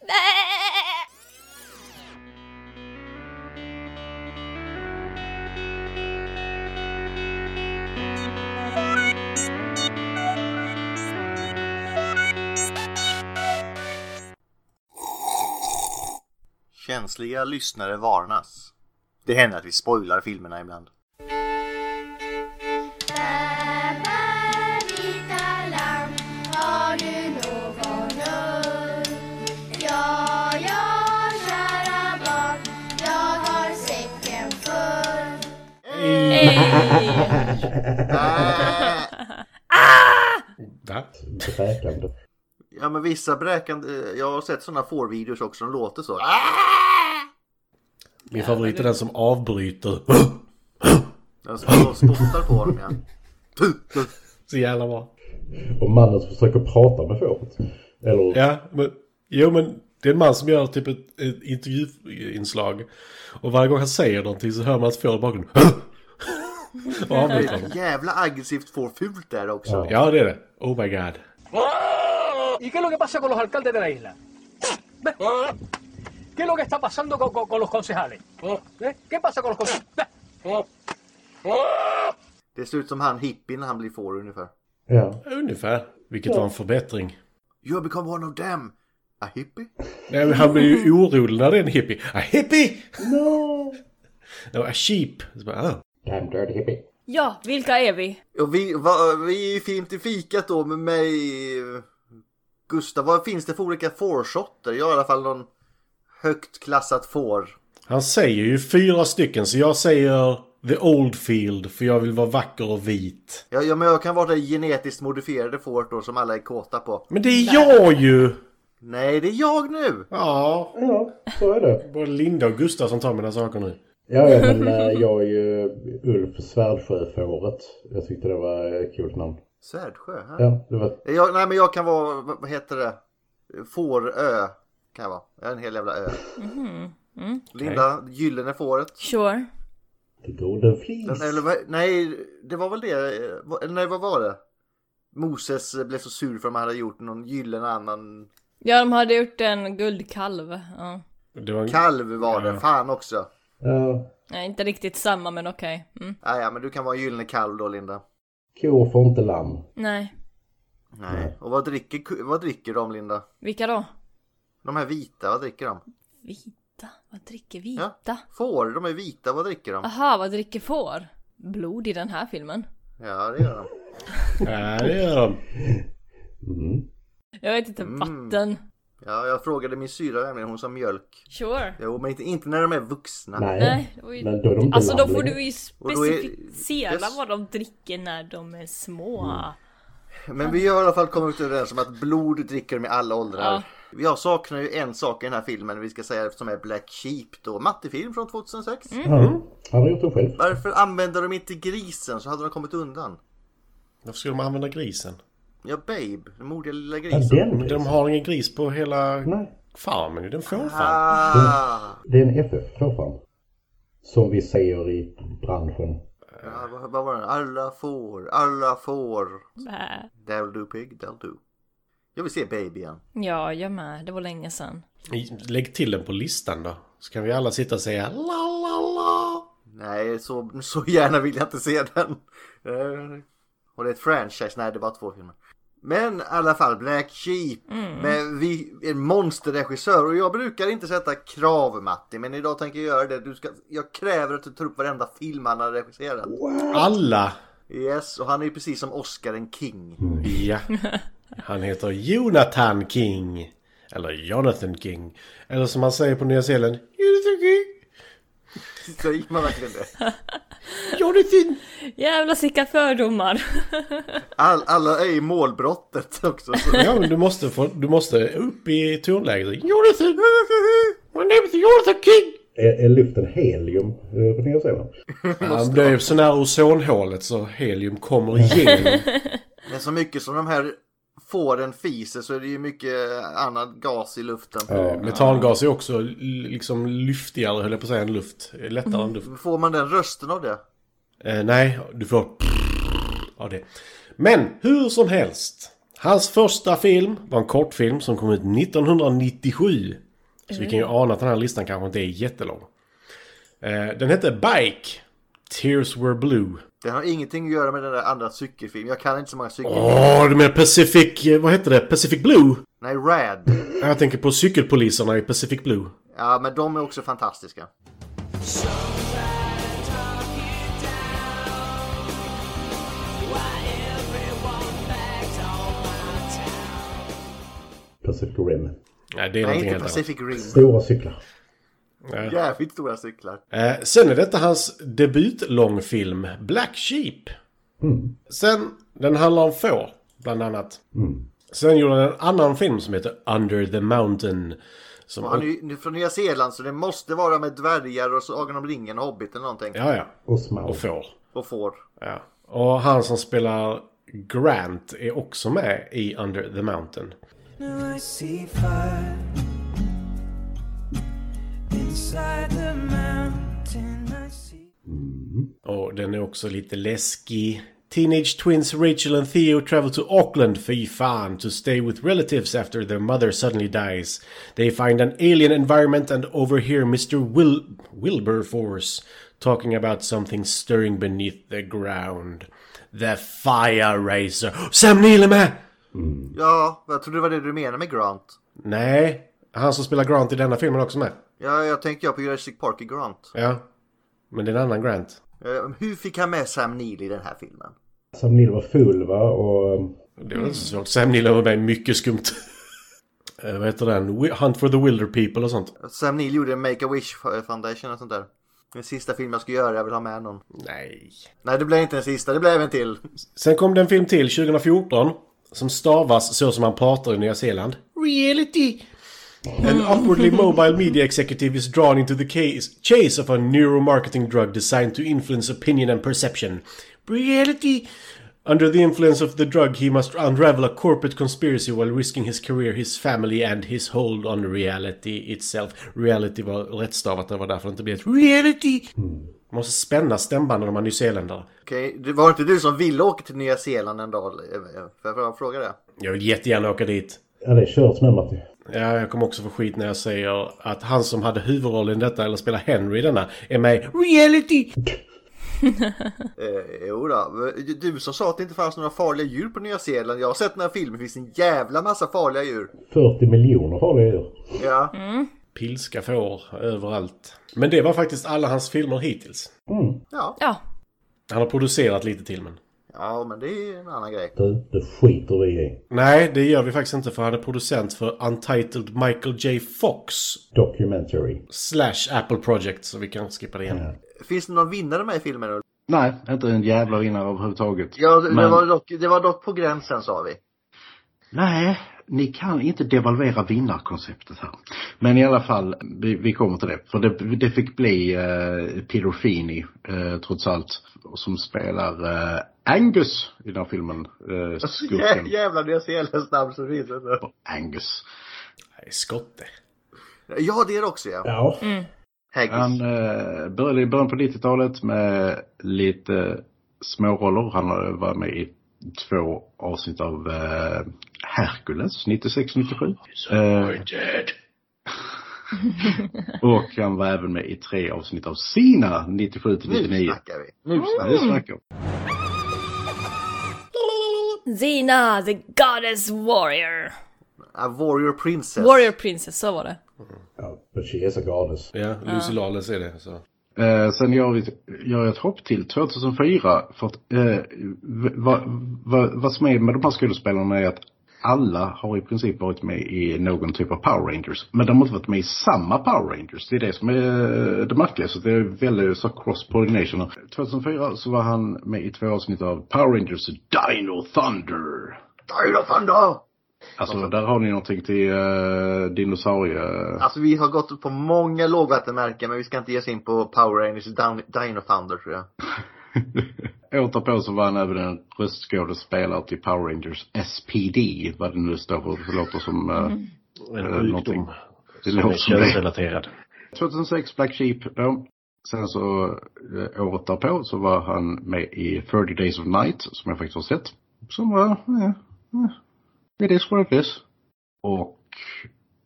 Känsliga lyssnare varnas. Det händer att vi spoilar filmerna ibland. Pappa, vita lamm, har du någon ull? Ja, ja, kära barn, jag har säcken full. Ey! Va? Bräkande. Ja men vissa bräkande... Jag har sett sådana får-videos också, de låter så. Min favorit är den som avbryter. De spottar på dem ja. Så jävla bra. Och mannen som försöker prata med fåret. Eller Ja, men, jo men det är en man som gör typ ett, ett intervjuinslag. Och varje gång han säger någonting så hör man att fåret bakom Och avbryter honom. Jävla aggressivt får-fult där också. Ja, det är det. Oh my god. ¿Y qué es lo que pasa con los alcaldes de la isla? ¿Ve? ¿Qué es lo que está pasando con, con- con los concejales? ¿Ve? ¿Qué pasa con los concejales? ¿Ve? Det ser ut som han hippien när han blir får ungefär. ja. Ungefär. Vilket var en förbättring. You become one of them! A hippie? Nej, men han blir ju orolig när det är en hippie. A hippie! No! a sheep. Så bara, ah. Damn dirty hippie. Ja, vilka är vi? Och vi, va, vi är i fint i fikat då med mig... Gustav, vad finns det för olika fårsorter? Jag har i alla fall någon högt klassat får. Han säger ju fyra stycken, så jag säger the old field för jag vill vara vacker och vit. Ja, ja, men jag kan vara det genetiskt modifierade fåret då som alla är kåta på. Men det är jag ju! Nej, det är jag nu! Ja, Ja, så är det. både Linda och Gustav som tar mina saker nu. Ja, ja men eh, jag är ju Ulf Svärdsjöfåret. Jag tyckte det var ett kul namn. Svärdsjö? Här. Ja, det var... Jag, nej, men jag kan vara, vad vad heter det? Fårö kan jag vara. Jag är en hel jävla ö. Linda, Gyllene fåret. Sure. Det gode Den, flis. eller, vad- nej, det var väl det. eh, vad- Nej, vad var det? Moses blev så sur för att man hade gjort någon gyllene annan Ja, de hade gjort en guldkalv. Ja. Det var en... kalv var det. Ja. Fan också. Ja, Nej, inte riktigt samma, men okej. Mm. Nej, ja, men du kan vara en gyllene kalv då, Linda. kor får inte lamm. Nej. Nej. Och vad dricker, ku- vad dricker de, Linda? Vilka då? De här vita, vad dricker de? Vita? Vad dricker vita? Får, de är vita, vad dricker de? Aha, vad dricker får? Blod i den här filmen. Ja, det gör de. Ja, det gör de. Mm. Jag vet inte, Mm. vatten. Ja, jag frågade min syra nämligen, hon sa mjölk. Sure. Jo, men inte, inte när de är vuxna. Nej. Nej, det var ju... Men då är de inte Alltså då lamm får längre. du ju Och då är- specificera Yes. Mm. vad de dricker när de är små. Men vi har i alla fall kommit överens om att blod dricker de i alla åldrar. Jag saknar ju en sak i den här filmen, vi ska säga som är Black Sheep då. Mattefilm från 2006. Mm. Ja, han har gjort den själv. Varför använder de inte grisen så hade de kommit undan? Varför skulle de använda grisen? Ja, Babe, den modiga lilla Ja, grisen. den Men de har ingen gris på hela Nej, farmen. Det är en fårfarm. Ah, det är en FF, fårfarm. Som vi säger i branschen. ja, vad, vad var den? Alla får, alla får. Bä. That'll do pig, that'll do. Jag vill se Babe igen. Ja, jag med. Det var länge sedan. Lägg till den på listan då. Så kan vi alla sitta och säga la la la. Nej, så, så gärna vill jag inte se den. Eh, Och det är ett franchise, nej det är bara två filmer. Men i alla fall Black Sheep med vi, en monsterregissör och jag brukar inte sätta krav Matti men idag tänker jag göra det. Du ska, jag kräver att du tar upp varenda film han har regisserat. Alla! Yes, och han är ju precis som Oscar en King. Ja. Han heter Jonathan King. Eller Jonathan King. Eller som man säger på Nya Zeeland. Jonathan King! Så gick man verkligen det. Jonathan! Jävla sicka fördomar. All, alla är i målbrottet också. Så. Ja, men du måste, få, du måste upp i tonläget. Jonathan! My name is Jonathan King! Är, är luften helium eh, på Nya Zeeland? Han blev så nära ozonhålet så helium kommer igenom. Men så mycket som de här fåren fiser så är det ju mycket annan gas i luften. Metangas är också l- liksom lyftigare, höll jag på att säga, än luft. Lättare än luft. Får man den rösten av det? Eh, nej, du får... Ja, det. Men hur som helst. Hans första film var en kortfilm som kom ut 1997. Så vi kan ju ana att den här listan kanske inte är jättelång. Eh, den hette Bike. Tears were blue. Det har ingenting att göra med den där andra cykelfilmen. Jag kan inte så många cykelfilmer. Åh, du menar Pacific... eh, Vad hette det? Pacific Blue? Nej, Rad. Jag tänker på cykelpoliserna i Pacific Blue. Ja, men de är också fantastiska. Pacific Rim. Nej, det Nej, är någonting inte helt annat. Pacific Rim. Stora cyklar. Ja. Jävligt stora cyklar. Eh, sen är detta hans debutlångfilm Black Sheep. Sen, den handlar om får, bland annat. Sen gjorde han en annan film som heter Under the Mountain. Som Och han är ju nu från Nya Zeeland så det måste vara med dvärgar och Sagan om ringen och Hobbit eller någonting. Ja, ja. Och Smaug. Och får. Och får. Ja. Och han som spelar Grant är också med i Under the Mountain. Now I see fire inside the mountain. I see. Och den är också lite läskig. Teenage twins Rachel and Theo travel to Auckland, fy fan, to stay with relatives after their mother suddenly dies. They find an alien environment and overhear Mr. Wil Wilberforce talking about something stirring beneath the ground. The Fire Racer. Sam Neill är med! Ja, jag trodde det var det du menade med Grant. Nej, han som spelar Grant i denna filmen är också med. Ja, jag tänkte jag på Jurassic Park i Grant. Ja. Men det är en annan Grant. Eh, Hur fick han med Sam Neill i den här filmen? Sam Neill var full va? Och um, Det var inte så svårt. Sam Neill var med mycket skumt. Eh, Vad heter den? Wi- Hunt for the Wilder People och sånt. Sam Neill gjorde en Make-A-Wish Foundation och sånt där. Den sista film jag ska göra, jag vill ha med någon. Nej. Nej, det blev inte den sista, det blev en till. Sen kom det en film till 2014. Som stavas så som man pratar i Nya Zeeland. Reality! An upwardly mobile media executive is drawn into the case, chase of a neuromarketing drug designed to influence opinion and perception. Reality! Under the influence of the drug, he must unravel a corporate conspiracy while risking his career, his family and his hold on reality itself. Reality var rättstavat, det var därför det inte blev ett reality! Man måste spänna stämbanden om man är nyzeeländare. Okej, det var inte du som ville åka till Nya Zeeland en dag? eh, eh, Får jag fråga det? Jag vill jättegärna åka dit. ja, det är kört nu Matti. Ja, jag kommer också få skit när jag säger att han som hade huvudrollen i detta, eller spelar Henry i denna, är med i reality! Eh, jo då. du som sa att det inte fanns några farliga djur på Nya Zeeland. Jag har sett den här filmen, det finns en jävla massa farliga djur. 40 miljoner farliga djur. Ja. Pilska får överallt. Men det var faktiskt alla hans filmer hittills. Ja. Ja. Han har producerat lite till men... ja, men det är en annan grej. Du, det skiter vi i. Nej, det gör vi faktiskt inte för han är producent för Untitled Michael J. Fox Documentary. slash Apple Project, så vi kan skippa det igen. Finns det någon vinnare med i filmen? Ulf? Nej, inte en jävla vinnare överhuvudtaget. Ja, det, Men- var dock, det var dock på gränsen sa vi. Nej, ni kan inte devalvera vinnarkonceptet här. Men i alla fall, vi, vi kommer till det. För det, det fick bli eh, Peter Feeney, eh, trots allt, som spelar eh, Angus i den här filmen. Eh, Jä, skurken jävla Nya Zeelands namn som finns. inte. Angus. Nej, skotte. Ja, det är det också ja. Ja. Haggis. Han eh, började i början på 90-talet med lite småroller. Han har varit med i två avsnitt av eh, Hercules 96-97. Eh, och han var även med i tre avsnitt av Sina 97 till nu 99. snackar vi. Nu snackar vi. Zina, the goddess warrior. A warrior Princess. Warrior princess, så var det. ja. But she is a goddess. Ja, Lucy Lawless är det. Så. Eh, sen gör vi gör jag ett hopp till 2004. För att, eh, v- va, va, vad som är med de här skådespelarna är att alla har i princip varit med i någon typ av Power Rangers. Men de har inte varit med i samma Power Rangers. Det är det som är eh, det märkliga. Så det är väldigt så cross-pollination. 2004 så var han med i två avsnitt av Power Rangers Dino Thunder. Dino Thunder! Alltså där har ni någonting till eh, dinosaurie... Alltså vi har gått på många lågvattenmärken men vi ska inte ge oss in på Power Rangers Dan- Dino Thunder tror jag. Året därpå så var han även en röstskådespelare till Power Rangers SPD, vad det nu står för. Det låter som... eh, Mm. En Eh, någonting. sjukdom Det som är låter som det. könsrelaterad. 2006 Black Sheep då. Sen så eh, året därpå så var han med i 30 Days of Night, som jag faktiskt har sett. Som var, eh, eh, it is what it is. Och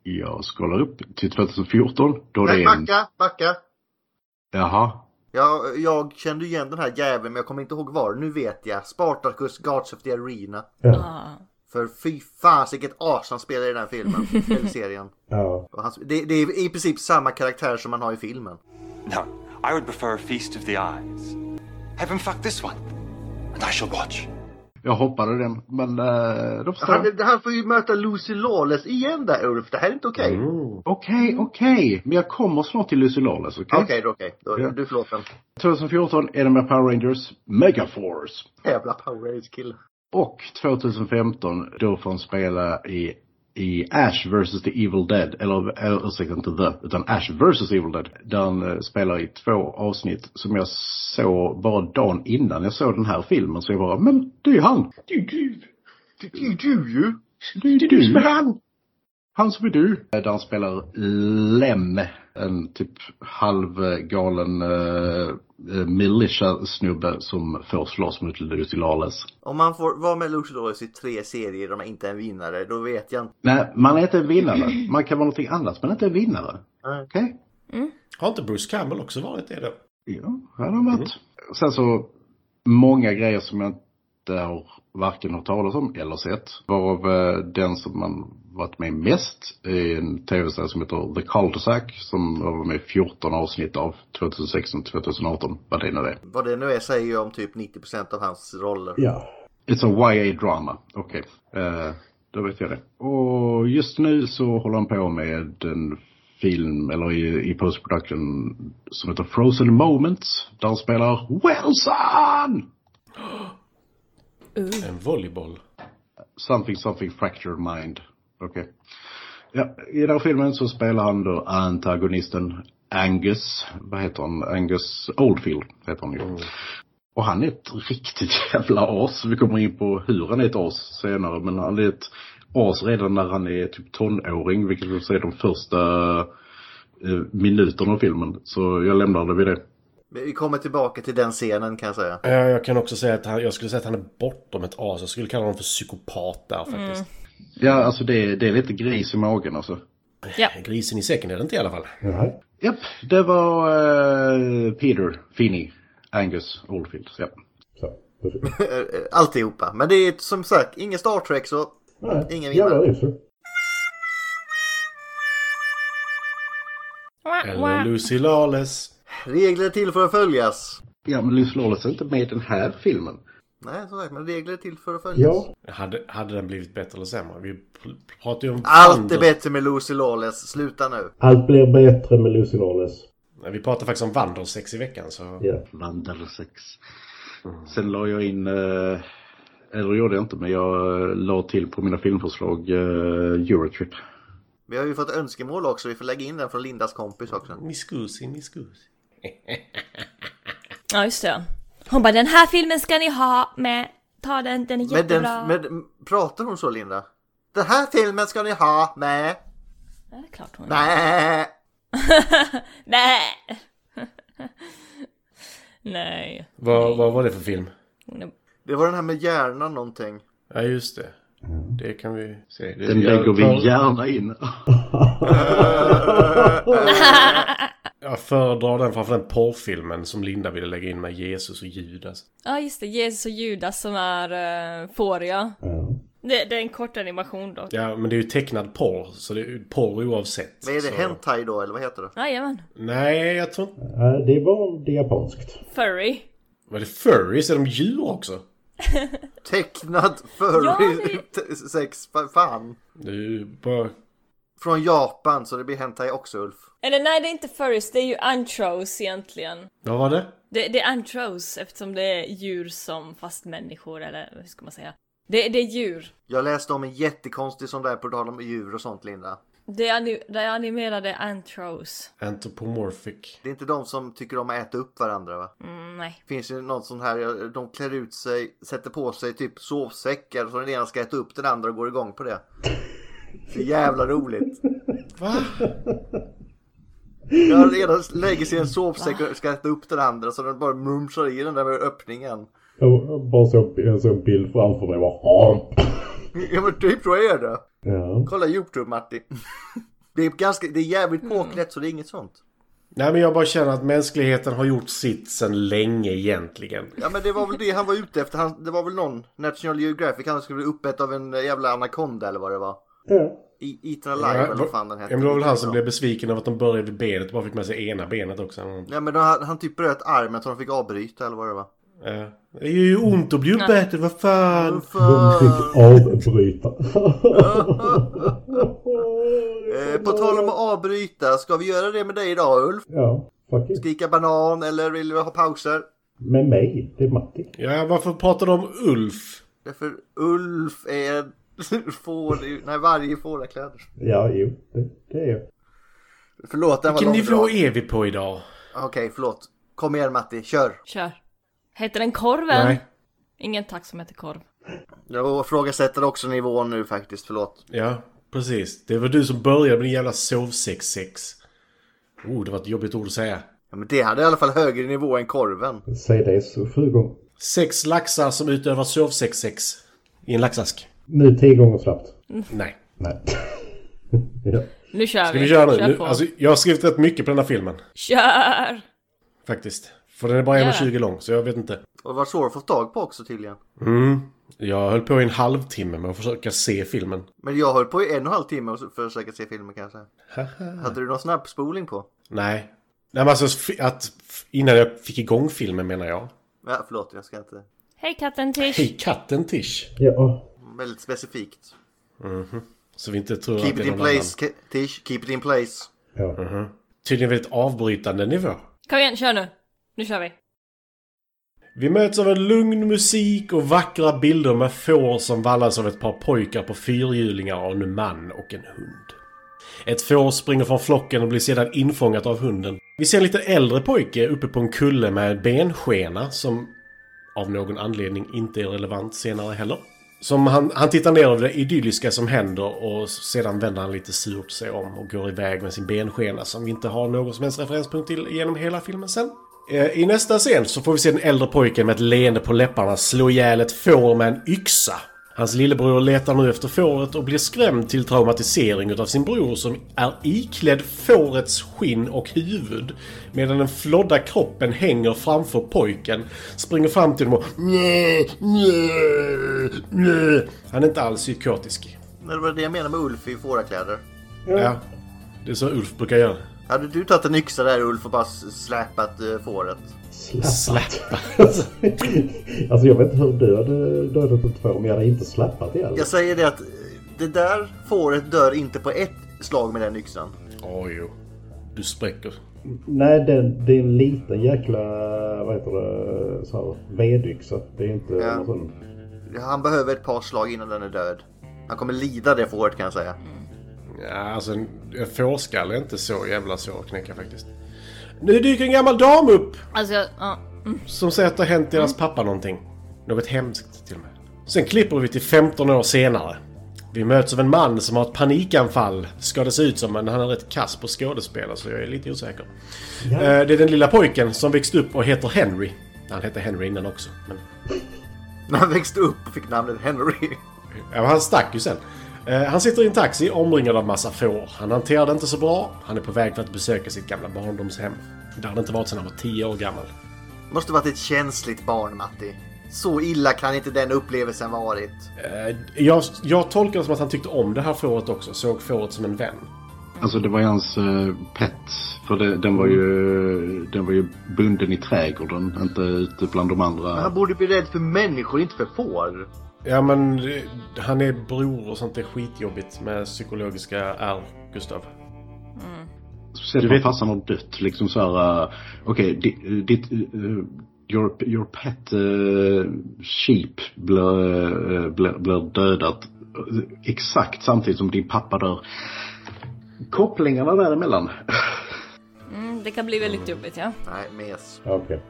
jag scrollar upp till 2014 då det Nej, är en... backa, backa! Jaha. Jag, jag kände igen den här jäveln men jag kommer inte ihåg var. Nu vet jag. Spartacus Guards of the Arena. Ja. Ah. För fy fan vilket as han spelar i den här filmen, eller serien. Ja. Och han- det, det är i princip samma karaktär som man har i filmen. No, I would prefer a feast of the eyes. Have him fuck this one, and I shall watch. Jag hoppade den, men eh, då förstår jag. Han, han får ju möta Lucy Lawless igen där Ulf, det här är inte okej. Okej, okej. Men jag kommer snart till Lucy Lawless, Mm. okej? Okej, då, okej. Då- Ja. Du är förlåten. 2014 är det med Power Rangers Megaforce. Jävla Power Rangers-kille. Och 2015 då får hon spela i, i Ash vs. The Evil Dead. Eller, eller ursäkta, inte The. Utan Ash vs. Evil Dead. Där hon eh, spelar i två avsnitt som jag såg bara dagen innan jag såg den här filmen. Så jag bara, men det är ju han! Det är ju du! Det är ju du ju! Det är ju du som är han! Han som är du! Eh, Där han spelar Lem. En typ halvgalen uh, militia-snubbe som får slåss mot Lucy Lawless. Om man får vara med Lucy Lawless i tre serier och man inte är en vinnare, då vet jag inte. Nej, man är inte en vinnare. Man kan vara någonting annat, men inte en vinnare. Nej. Okej? Har inte Bruce Campbell också varit det då? Ja, här har de varit. Mm. Sen så, många grejer som jag inte har varken hört talas om eller sett. Varav eh, den som man varit med mest är en tv-serie som heter The Cul-de-sac som jag var med i 14 avsnitt av 2016 2018, vad det nu är. Vad det nu är säger jag om typ 90% av hans roller. Ja. It's a YA drama. Okej. Eh, då vet jag det. Och just nu så håller han på med en film, eller i, i postproduktion, som heter Frozen Moments. Där han spelar Wilson! En volleyboll. Something something fractured mind. Okej. Ja, i den här filmen så spelar han då antagonisten Angus. Vad heter han? Angus Oldfield heter han ju. Och han är ett riktigt jävla as. Vi kommer in på hur han är ett as senare. Men han är ett as redan när han är typ tonåring. Vilket vi får se de första eh, minuterna av filmen. Så jag lämnar det vid det. Men Vi kommer tillbaka till den scenen kan jag säga. Ja, Eh, Jag kan också säga att han, jag skulle säga att han är bortom ett as. Jag skulle kalla honom för psykopat där faktiskt. Ja, alltså det, är- det är lite gris i magen alltså. Ja. Grisen i säcken är det inte i alla fall. Jaha. Japp, det var eh, Peter Finney, Angus Oldfield. Ja. Så. precis. Alltihopa. Men det är som sagt, ingen Star Trek så Nej. Ingen Jävla vinnare. rusel. Eller Lucy Lawless. regler är till för att följas. ja, men Liz Lawless är inte med i den här filmen. Nej, som sagt, men regler är till för att följas. Ja. Hade, hade den blivit bättre eller sämre? Vi pr- pratar ju om... Allt är Vanders- bättre med Lucy Lawless, sluta nu. Allt blir bättre med Lucy Lawless. Nej, Vi pratar faktiskt om Wandersex i veckan så... Ja. Vandelsex. Sen la jag in, eh, eller gjorde jag inte, men jag eh, la till på mina filmförslag eh, Eurotrip. Vi har ju fått önskemål också, vi får lägga in den från Lindas kompis också. Miss Goosey, Miss Goosey. Ja, just det. Hon bara den här filmen ska ni ha med. Ta den, den är Men jättebra. den, men, pratar hon så Linda? Den här filmen ska ni ha med! Ja, det är klart hon gör. Nej! Nej. Nej. Vad, vad var det för film? Hon är... Det var den här med hjärnan någonting. Ja, just det. Det kan vi se. Det- Den jag lägger vi tar- gärna in. Jag föredrar den framför den porrfilmen som Linda ville lägga in med Jesus och Judas. Ja, just det. Jesus och Judas som är uh, fåriga. Ja. Det, det är en kort animation dock. Ja, men det är ju tecknad porr, så det är ju porr oavsett. Men är det så... hentai då eller vad heter det? Jajamän. Nej, jag tror inte... Eh, Det var det japanskt. Furry. Var det furries? Är de djur också? Tecknad Ja, furry det- te- sex, fa- fan. Det är ju bara... Från Japan så det blir hentai också Ulf. Eller nej, det är inte furries. Det är ju antros egentligen. Vad var det? Det, det är antros eftersom det är djur som fast människor eller hur ska man säga? Det, det är djur. Jag läste om en jättekonstig sån där på tal om djur och sånt Linda. Det är, ani- det är animerade antros. Anthropomorphic. Det är inte de som tycker om att äta upp varandra va? Mm, nej. Finns det någon sån här, eh, de klär ut sig, sätter på sig typ sovsäckar så den ena ska äta upp den andra och går igång på det. Så jävla roligt. Va? Den ena lägger sig i en sovsäck och ska äta upp den andra så den bara mumsar i den där med öppningen. Jag bara såg en sån bild framför mig. Bara, "Ja." Ja men typ så är det. ja. Kolla Youtube Matti. Det är, ganska, det är jävligt påklätt så det är inget sånt. Nej men jag bara känner att mänskligheten har gjort sitt sen länge egentligen. Ja men det var väl det han var ute efter. Han, det var väl någon National Geographic han skulle bli uppätt av en eh, jävla anakonda eller vad det var. Ja. I, Itra Live eller vad fan den Ja, hette. men det var väl han som blev besviken över att de började vid benet och bara fick med sig ena benet också. Mm. Nej men han, han typ bröt armen så de fick avbryta eller vad det var. Eh, Det är ju ont att bli uppäten, vad fan! De fick avbryta. Eh, på tal om att avbryta, ska vi göra det med dig idag Ulf? Ja, fuck it. Skrika banan eller vill du ha pauser? Med mig, det är Matti. Ja, varför pratar de om Ulf? Därför Ulf är får, i- nej varje får kläder. Ja, jo, det, det är jag. Förlåt, den var Vilken nivå långdragen. är vi på idag? Okej, förlåt. Kom igen Matti, kör. Kör. Heter den korven? Nej. Ingen tack som heter korv. Jag ifrågasätter också nivån nu faktiskt, förlåt. Ja, precis. Det var du som började med din jävla sovsex-sex. Oh, det var ett jobbigt ord att säga. Ja, men det hade i alla fall högre nivå än korven. Säg det så sju gånger. Sex laxar som utövar sovsex-sex. I en laxask. Nu tio gånger snabbt. Nej. Nej. ja. Nu kör Ska vi. vi köra nu? Kör nu på. alltså, jag har skrivit rätt mycket på den här filmen. Kör! Faktiskt. För den är bara Gör 1,20 lång, så jag vet inte. Och var svår att få tag på också tydligen. Mm. Jag höll på i en halvtimme med att försöka se filmen. Men jag höll på i en och en halv timme för att försöka se filmen kanske. Hade du någon snabbspoling på? Nej. Nej men alltså f- att f- innan jag fick igång filmen menar jag. Ja, förlåt, jag ska inte. Hej katten Tish! Hej katten Tish! ja. Väldigt specifikt. Så vi inte tror Keep att det it är någon in annan. place, Ke- Tish. Keep it in place. ja. Tydligen väldigt avbrytande nivå. Kom igen, kör nu! Nu kör vi! Vi möts av en lugn musik och vackra bilder med får som vallas av ett par pojkar på fyrhjulingar och en man och en hund. Ett får springer från flocken och blir sedan infångat av hunden. Vi ser en lite äldre pojke uppe på en kulle med en benskena som av någon anledning inte är relevant senare heller. Som han, han tittar ner över det idylliska som händer och sedan vänder han lite surt sig om och går iväg med sin benskena som vi inte har någon som helst referenspunkt till genom hela filmen sen. Eh, I nästa scen så får vi se den äldre pojken med ett leende på läpparna slå ihjäl ett får med en yxa. Hans lillebror letar nu efter fåret och blir skrämd till traumatisering utav sin bror som är iklädd fårets skinn och huvud medan den flodda kroppen hänger framför pojken, springer fram till dem och "Njö, njö, njö." Han är inte alls psykotisk. Men Det var det jag menade med Ulf i fårakläder. Ja, det är så Ulf brukar göra. Hade du tagit en yxa där Ulf och bara s- släpat eh, fåret? Slapp. Släppa. alltså jag vet inte hur du hade dödat de två, men jag hade inte slappat ihjäl Jag säger det att eh, det där fåret dör inte på ett slag med den yxan. Åh jo. Du spräcker. Nej, det, det är en liten jäkla, vad heter det, så här, vedyxa. Det är inte Ja. någon sån... Han behöver ett par slag innan den är död. Han kommer lida det fåret kan jag säga. Ja, alltså en, en fårskalle är inte så jävla svår att knäcka faktiskt. Nu dyker en gammal dam upp! Alltså jag... Ja. Som säger att det har hänt deras pappa någonting. Något hemskt till och med. Sen klipper vi till 15 år senare. Vi möts av en man som har ett panikanfall, ska det se ut som, men han är rätt kass på skådespelare så jag är lite osäker. Eh, Det är den lilla pojken som växt upp och heter Henry. Han hette Henry innan också. Men... När han växte upp och fick namnet Henry. Ja, men han stack ju sen. Eh, Han sitter i en taxi omringad av massa får. Han hanterar det inte så bra. Han är på väg för att besöka sitt gamla barndomshem. Där han inte varit sedan han var 10 år gammal. Måste varit ett känsligt barn Matti. Så illa kan inte den upplevelsen varit. Eh, Jag, jag tolkar det som att han tyckte om det här fåret också. Såg fåret som en vän. Alltså det var ju hans eh, pet. För det, den, var ju, den var ju bunden i trädgården, inte ute bland de Han andra. borde bli rädd för människor, inte för får. Ja men eh, han är bror och sånt är skitjobbigt med psykologiska R, Gustav. Speciellt Du när vet- farsan har dött. Liksom så här, eh, okej, di- ditt... eh, Your, your pet eh, sheep blir, eh, blir, blir dödat eh, exakt samtidigt som din pappa dör. Kopplingarna däremellan. Mm, det kan bli väldigt jobbigt ja. Nej, mes. Ja, Okej.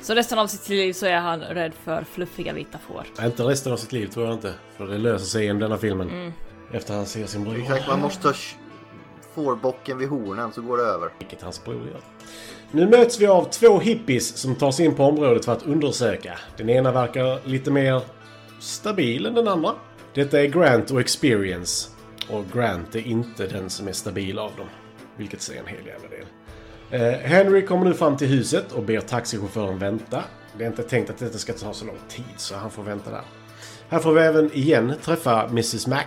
Så resten av sitt liv så är han rädd för fluffiga vita får. Nej, Inte resten av sitt liv tror jag inte. För det löser sig genom denna filmen. Efter han ser sin bror. Exakt, man måste ta sh- fårbocken vid hornen så går det över. Vilket hans bror gör. Nu möts vi av två hippies som tar sig in på området för att undersöka. Den ena verkar lite mer stabil än den andra. Detta är Grant och Experience. Och Grant är inte den som är stabil av dem. Vilket är en hel jävla del. Eh, Henry kommer nu fram till huset och ber taxichauffören vänta. Det är inte tänkt att detta ska ta så lång tid så han får vänta där. Här får vi även igen träffa Mrs Mac.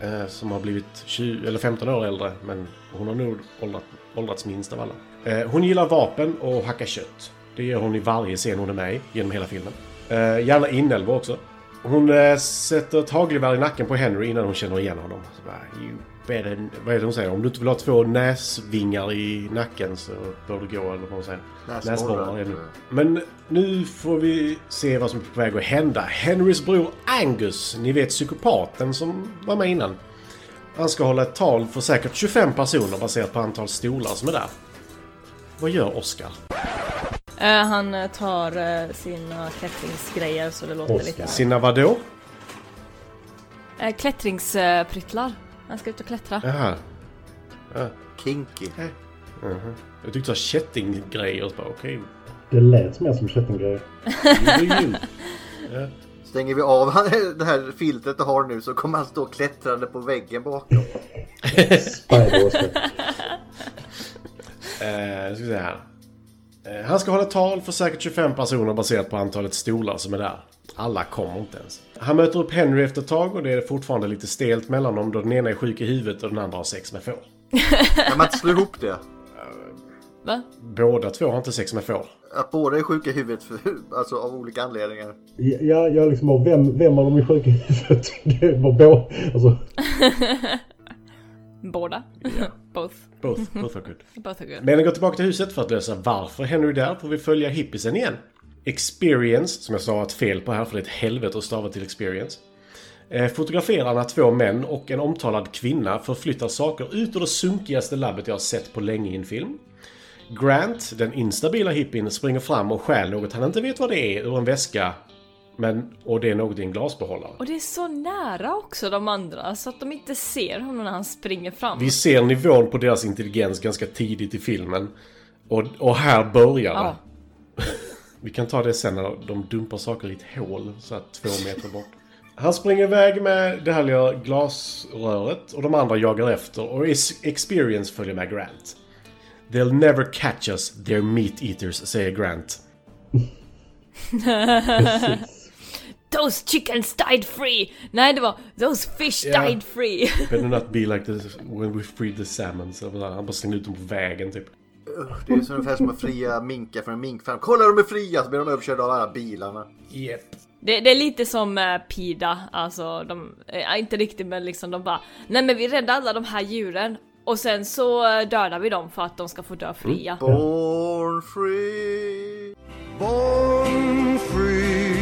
Eh, som har blivit 20, eller 15 år äldre men hon har nog åldrat, åldrats minst av alla. Eh, hon gillar vapen och hacka kött. Det gör hon i varje scen hon är med i genom hela filmen. Eh, gärna inälvor också. Hon eh, sätter ett hagelgevär i nacken på Henry innan hon känner igen honom. Så bara, you better... Vad är det hon säger? Om du inte vill ha två näsvingar i nacken så bör du gå eller vad hon säger. Näsborrar, är det nu. tror Men nu får vi se vad som är på väg att hända. Henrys bror Angus, ni vet psykopaten som var med innan. Han ska hålla ett tal för säkert 25 personer baserat på antal stolar som är där. Vad gör Oscar? Eh, han eh, tar eh, sina klättringsgrejer så det låter Oscar. lite... Sina vadå? Uh, Klättringspryttlar. Han ska ut och klättra. Jaha, Kinky. jag tyckte det var kättinggrejer. Så bara, Okej, Det lät mer som kättinggrejer. you do you. Stänger vi av det här filtret du har nu så kommer han stå klättrande på väggen bakom. Spider Oscar. Eh, ska vi se här. Eh, han ska hålla tal för säkert 25 personer baserat på antalet stolar som är där. Alla kommer inte ens. Han möter upp Henry efter ett tag och det är fortfarande lite stelt mellan dem då den ena är sjuk i huvudet och den andra har sex med får. Kan man inte slå ihop det? Va? Båda två har inte sex med får. Att båda är sjuka i huvudet för, alltså av olika anledningar. Ja, jag liksom bara, vem, vem av dem är sjuk i huvudet? Det var bå... Alltså, Båda. Both. Both, both are good. Both are good. Men vi går tillbaka till huset för att lösa varför Henry är där får vi följa hippisen igen. Experience, som jag sa har ett fel på här för det är ett helvete att stava till experience. eh, Fotograferar när två män och en omtalad kvinna förflyttar saker ut ur det sunkigaste labbet jag har sett på länge i en film. Grant, den instabila hippien, springer fram och stjäl något han inte vet vad det är ur en väska. Men, och det är något i en glasbehållare. Och det är så nära också de andra så att de inte ser honom när han springer fram. Vi ser nivån på deras intelligens ganska tidigt i filmen. Och, och här börjar det. Ja. Vi kan ta det sen när de dumpar saker i ett hål så att två meter bort. Han springer iväg med det här lilla glasröret och de andra jagar efter och Is- Experience följer med Grant. They'll never catch us, they're meat eaters, säger Grant. Those chickens died free! Nej det var Those fish Ja. died free! Better not be like this when we freed the salmon. Så han bara slängde ut dem på vägen typ. Det är ju så ungefär som att fria minkar från en minkfarm. Kolla de är fria! Så blir de överkörda av alla bilarna. Yep. Det, det är lite som eh, Pida, alltså de, eh, inte riktigt men liksom de bara Nej men vi räddar alla de här djuren och sen så eh, dödar vi dem för att de ska få dö fria. Mm. Born free! Born free,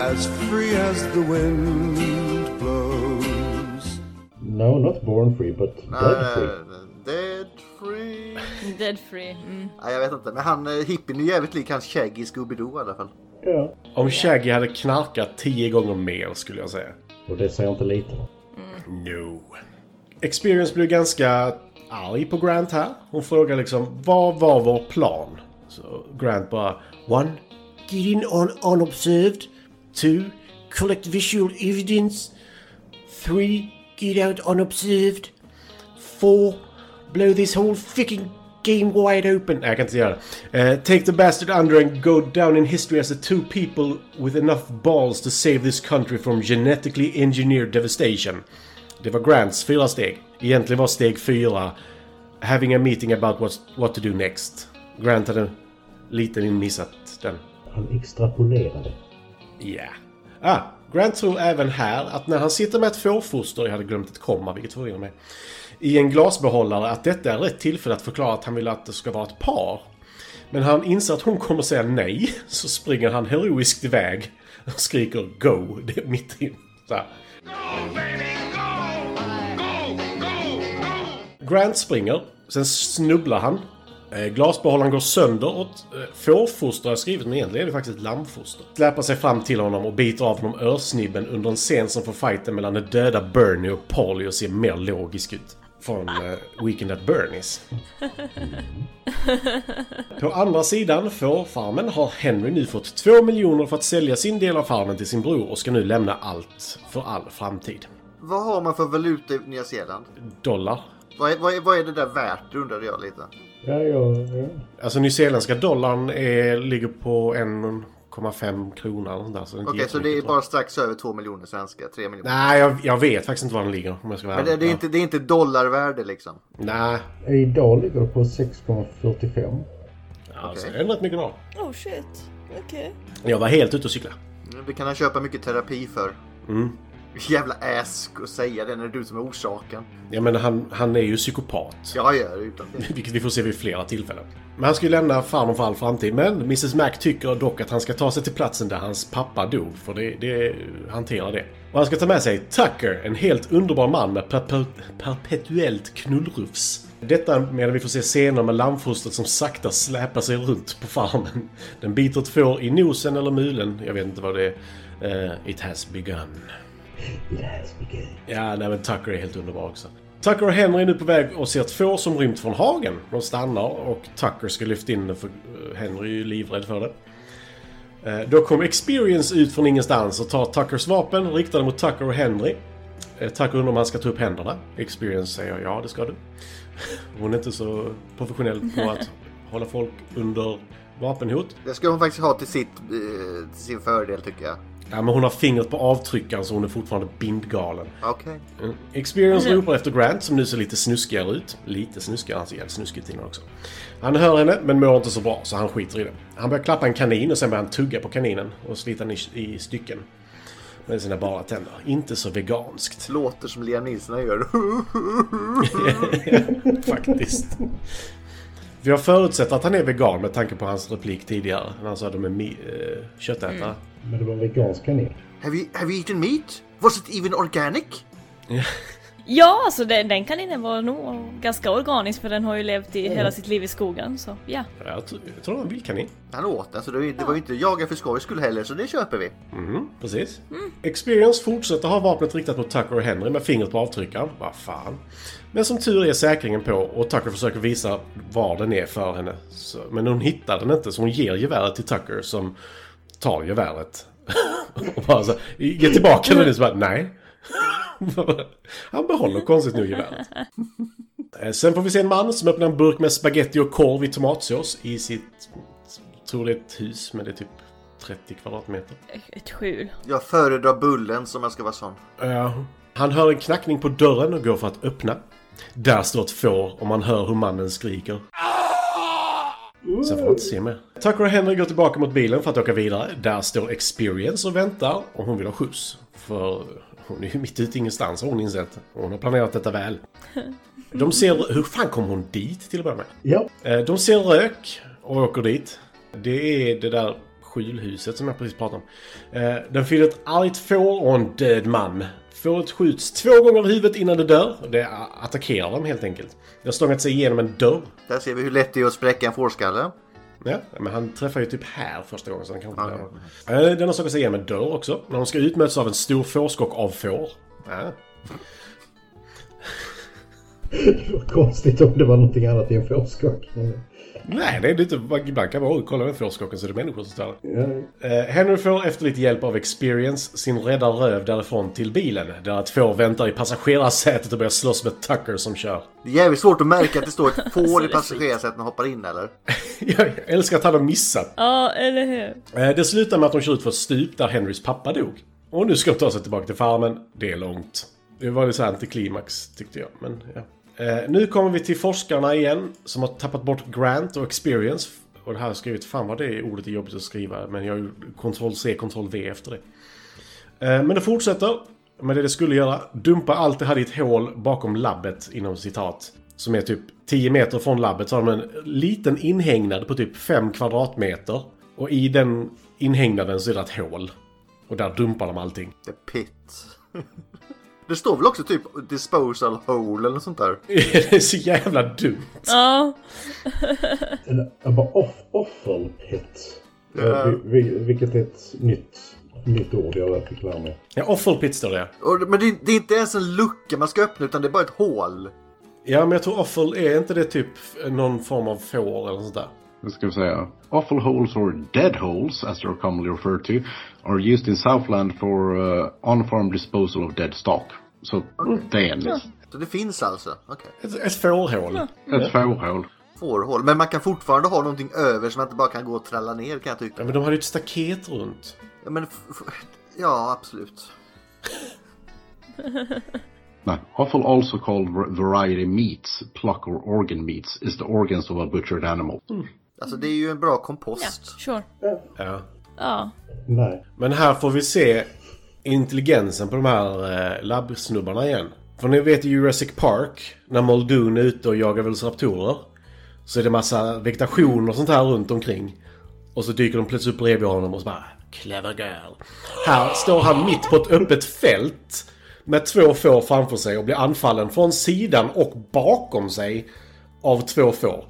as free as the wind blows. no, not born free, but dead free. Eh, Dead free! Dead free. Mm. Nej, jag vet inte. Men han eh, hippien är jävligt lik hans Shaggy i Scooby-Doo i alla fall. Ja. Om Shaggy hade knarkat tio gånger mer skulle jag säga. Och det säger inte lite. No. Experience blir ganska arg på Grant här. Hon frågar liksom vad var vår plan? Så Grant bara One, get in on unobserved. Two, collect visual evidence. Three, get out unobserved. Four, blow this whole fucking game wide open. Nej, jag kan inte göra det. Eh, take the bastard under and go down in history as the two people with enough balls to save this country from genetically engineered devastation. Det var Grants fyra steg. Egentligen var steg fyra having a meeting about what, what to do next. Grant hade lite missat den. Han extrapolerade. Ja. Ah, Grant tror även här att när han sitter med ett fårfoster, jag hade glömt ett komma vilket förvirrar mig, i en glasbehållare att detta är rätt tillfälle att förklara att han vill att det ska vara ett par. Men han inser att hon kommer säga nej, så springer han heroiskt iväg och skriker go, det är mitt i. Så här. Grant springer, sen snubblar han. Eh, Glasbehållaren går sönder och ett eh, fårfoster har jag skrivit, men egentligen är det faktiskt ett lammfoster. Släpar sig fram till honom och biter av honom örsnibben under en scen som får fighten mellan den döda Bernie och Polly att se mer logisk ut. Från eh, Weekend at Bernies. På andra sidan fårfarmen har Henry nu fått 2 miljoner för att sälja sin del av farmen till sin bror och ska nu lämna allt för all framtid. Vad har man för valuta i Nya Zeeland? Dollar. Vad är, vad, är, vad är det där värt, undrade jag lite. Ja, ja, ja. Alltså nyzeeländska dollarn är, ligger på 1,5 kronor. eller sånt där, så det är inte Okej, så det är jättemycket, bara strax över 2 miljoner svenska, 3 miljoner. Nej, jag, jag vet faktiskt inte var den ligger om jag ska vara Men det, ärlig. det, är inte, det är inte dollarvärde liksom. Ja. Nej, Idag ligger det på 6,45. alltså Okej. det är rätt mycket dollar. Oh shit. Okej. Jag var helt ute och cykla. Mm, Det kan han köpa mycket terapi för. Mm. Jävla ask att säga det när det är du som är orsaken. Jag menar, han, han är ju psykopat. Ja, ja, utan det. Vilket vi får se vid flera tillfällen. Men han ska ju lämna farmen för all framtid. Men Mrs Mac tycker dock att han ska ta sig till platsen där hans pappa dog. För det, det hanterar det. Och han ska ta med sig Tucker, en helt underbar man med perpe- perpetuellt knullrufs. Detta medan vi får se scener med lammfostret som sakta släpar sig runt på farmen. Den biter ett får i nosen eller mulen. Jag vet inte vad det är. Eh, it has begun. It has begun. Ja, nej men Tucker är helt underbar också. Tucker och Henry är nu på väg och ser ett får som rymt från hagen. De stannar och Tucker ska lyfta in den för eh, Henry är ju livrädd för det. Eh, Då kommer Experience ut från ingenstans och tar Tuckers vapen riktade mot Tucker och Henry. Eh, Tucker undrar om han ska ta upp händerna. Experience säger ja, det ska du. Hon är inte så professionell på att hålla folk under vapenhot. Det ska hon faktiskt ha till, sitt, eh, till sin fördel tycker jag. Ja, men hon har fingret på avtryckaren så hon är fortfarande bindgalen. Okej. Mm. Experience ropar efter Grant som nu ser lite snuskigare ut. Lite snuskigare, han ser jävligt snuskig ut innan också. Han hör henne men mår inte så bra så han skiter i det. Han börjar klappa en kanin och sen börjar han tugga på kaninen och slita den i, i stycken. Med sina bara tänder. Inte så veganskt Låter som Liam Neeson gör. faktiskt. För jag förutsätter att han är vegan med tanke på hans replik tidigare. När han sa att de är mi- eh, köttätare. Men det var en vegansk kanin. have, you, have you eaten meat? Was it even organic? Ja, alltså den, den kaninen var nog ganska organisk för den har ju levt i hela sitt liv i skogen så ja. Jag, tror, jag tror han vill kanin. Han åt den, så det var ju, det var ju inte jaga för skojs skull heller, så det köper vi. Mm, precis. Experience fortsätter ha vapnet riktat mot Tucker och Henry med fingret på avtryckaren. Vad fan. Men som tur är säkringen på och Tucker försöker visa var den är för henne. Så, men hon hittar den inte så hon ger geväret till Tucker som tar geväret. och bara så här, ge tillbaka den nu så bara nej. Han behåller konstigt nog geväret. Eh, Sen får vi se en man som öppnar en burk med spaghetti och korv i tomatsås i sitt, tror det är ett hus, men det är typ 30 kvadratmeter. Ett skjul. Jag föredrar bullen som jag ska vara sån. Ja. Han hör en knackning på dörren och går för att öppna. Där står ett får och man hör hur mannen skriker. Sen får man inte se mer. Tucker och Henry går tillbaka mot bilen för att åka vidare. Där står Experience och väntar och hon vill ha skjuts. För hon är ju mitt ute i ingenstans har hon insett. Hon har planerat detta väl. De ser... Hur fan kom hon dit till att börja med? Ja, Eh, De ser rök och åker dit. Det är det där skjulhuset som jag precis pratade om. Eh, Den fyller ett argt får och en död man. Fåret skjuts två gånger i huvudet innan det dör. Det attackerar dem helt enkelt. Det har stångat sig igenom en dörr. Där ser vi hur lätt det är att spräcka en fårskalle. Ja, men han träffar ju typ här första gången så han kanske inte behöver. Eh, Den har stångat sig igenom en dörr också. När de ska ut möts av en stor fårskock av får. Ja. det var konstigt om det var någonting annat i en fårskock. Men, Nej, det är det inte. Ibland kan man "Oj, kolla den fårskocken så är det människor som står där. ja, Eh, Henry får efter lite hjälp av Experience sin rädda röv därifrån till bilen. Där ett får väntar i passagerarsätet och börjar slåss med Tucker som kör. Det är jävligt svårt att märka att det står ett får i passagerarsätet när han hoppar in eller? Jag älskar att han har missat. Ja, eller hur? Eh, Det slutar med att de kör ut för ett stup där Henrys pappa dog. Och nu ska de ta sig tillbaka till farmen. Det är långt. Det var lite så här antiklimax tyckte jag, men ja. Eh, Nu kommer vi till forskarna igen, som har tappat bort Grant och Experience. Och det här har jag skrivit, fan vad det är, ordet är jobbigt att skriva, men jag har ju Ctrl-C, Ctrl-V efter det. Eh, Men det fortsätter med det det skulle göra. Dumpa allt det här i ett hål bakom labbet, inom citat. Som är typ 10 meter från labbet så har de en liten inhägnad på typ 5 kvadratmeter. Och i den inhägnaden så är det ett hål. Och där dumpar de allting. The pit. Det står väl också typ disposal hole eller något sånt där? det är så jävla dumt. Ja. En bara off, offerpit. Ja. vi- vi- Vilket är ett nytt, nytt ord jag fick lära mig. Ja, offerpit står det. Och, men det, är- det är inte ens en lucka man ska öppna utan det är bara ett hål. Ja, men jag tror offer, är inte det typ någon form av får eller sånt där? Nu ska vi säga. Awful holes or dead holes, as they're commonly referred to, are eh, used in Southland for uh, on-farm disposal of dead stock. Så det är en list. Så det finns alltså? Okej. Ett, ett fårhål. Ett fårhål. Fårhål. Men man kan fortfarande ha någonting över som man inte bara kan gå och tralla ner kan jag Ja, tycka. men de hade ju ett staket runt. Ja, men f- f- ja absolut. No. Offal, also called var- variety meats, pluck or organ meats, is the organs of a butchered animal. Alltså det är ju en bra Ja, kompost. sure. Ja. Ja. Nej. Men här får vi se intelligensen på de här eh, labbsnubbarna igen. För ni vet i Jurassic Park, när Muldoon är ute och jagar velociraptorer. Så är det massa vegetation och sånt här runt omkring. Och så dyker de plötsligt upp bredvid honom och så bara Clever girl. Här står han mitt på ett öppet fält. Med två får framför sig och blir anfallen från sidan och bakom sig. Av två får.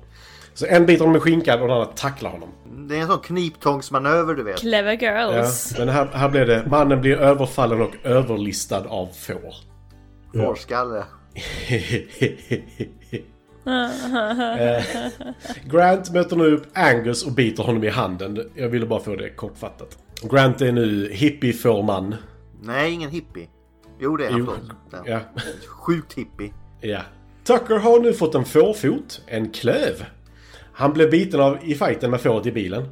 Så en bit av dem är skinkad och den andra tacklar honom. Det är en sån kniptångsmanöver du vet. Clever Ja, girls. men här, här blev det. Mannen blir överfallen och överlistad av får. Fårskalle. Eh, Grant möter nu upp Angus och biter honom i handen. Jag ville bara få det kortfattat. Grant är nu hippie-fårman. Nej, ingen hippie. Jo, det är han. Jo, förlåt. Ja. Ja, Sjukt hippie. ja. Tucker har nu fått en fårfot, en klöv. Han blev biten av i fighten med fåret i bilen.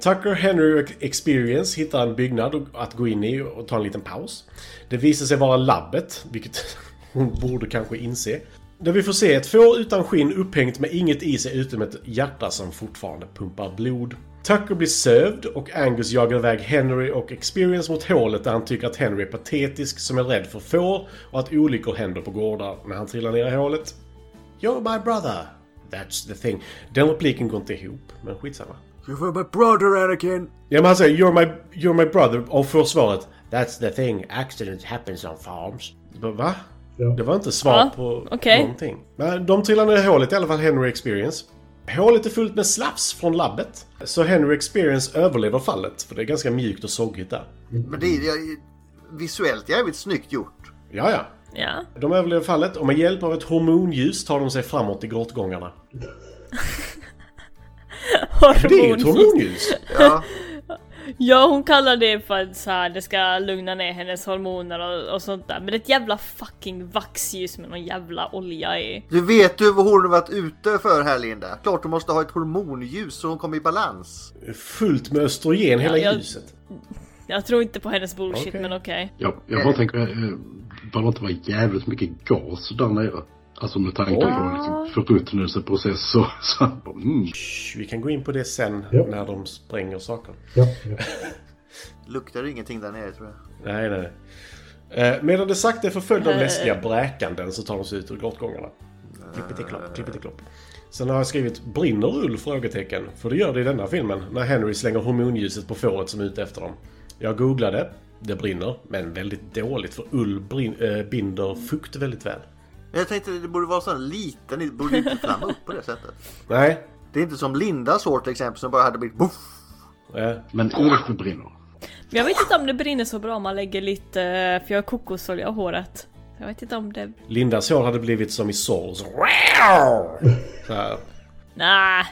Tucker Henry Experience hittar en byggnad och- att gå in i och ta en liten paus. Det visar sig vara labbet, vilket hon borde kanske inse. Där vi får se ett får utan skinn upphängt med inget i sig utom ett hjärta som fortfarande pumpar blod. Tucker blir sövd och Angus jagar iväg Henry och Experience mot hålet där han tycker att Henry är patetisk som är rädd för får och att olyckor händer på gårdar när han trillar ner i hålet. You're my brother. That's the thing. Den repliken går inte ihop, men skitsamma. You were my brother Anakin! Ja men han säger “You're my, you're my brother” och får svaret “That's the thing, accidents happens on farms”. B- Va? Ja. Det var inte svar Ja, på okej. någonting. Men de trillar ner i hålet i alla fall, Henry Experience. Hålet är fullt med slafs från labbet. Så Henry Experience överlever fallet, för det är ganska mjukt och soggigt där. Men det är jag, visuellt jävligt snyggt gjort. Ja, ja. Ja. De överlever fallet och med hjälp av ett hormonljus tar de sig framåt i grottgångarna. Det är ju ett Hormon. hormonljus! Ja, Ja, hon kallar det för att så här, det ska lugna ner hennes hormoner och, och sånt där. Men det är ett jävla fucking vaxljus med någon jävla olja i. du vet ju vad hon har varit ute för här Linda. Klart hon måste ha ett hormonljus så hon kommer i balans. Fullt med östrogen, hela jag- ljuset. Jag tror inte på hennes bullshit, Okej. men okej. Jag, jag bara tänker, eh, bara inte vara jävligt mycket gas där nere. Alltså med tanke på liksom, förruttnelseprocess så, så mm. Shh, Vi kan gå in på det sen, Ja. när de spränger saker. Ja, ja. Luktar ingenting där nere tror jag. Nej, nej. Eh, Medan det sakta är förföljda av läskiga bräkanden så tar de sig ut ur grottgångarna. Klippetiklopp, klippetiklopp. Sen har jag skrivit brinner ull? Frågetecken. För det gör det i denna filmen. När Henry slänger hormonljuset på fåret som är ute efter dem. Jag googlade. Det brinner, men väldigt dåligt för ull brin- eh, binder fukt väldigt väl. Men Jag tänkte det borde vara så här liten, det borde inte flamma upp på det sättet. Nej. Det är inte som Lindas hår till exempel som bara hade blivit boff. Eh, Men ull brinner. Men jag vet inte om det brinner så bra om man lägger lite, eh, för jag har kokosolja i håret. Jag vet inte om det... Lindas hår hade blivit som i Saw. Så... så här. Nej.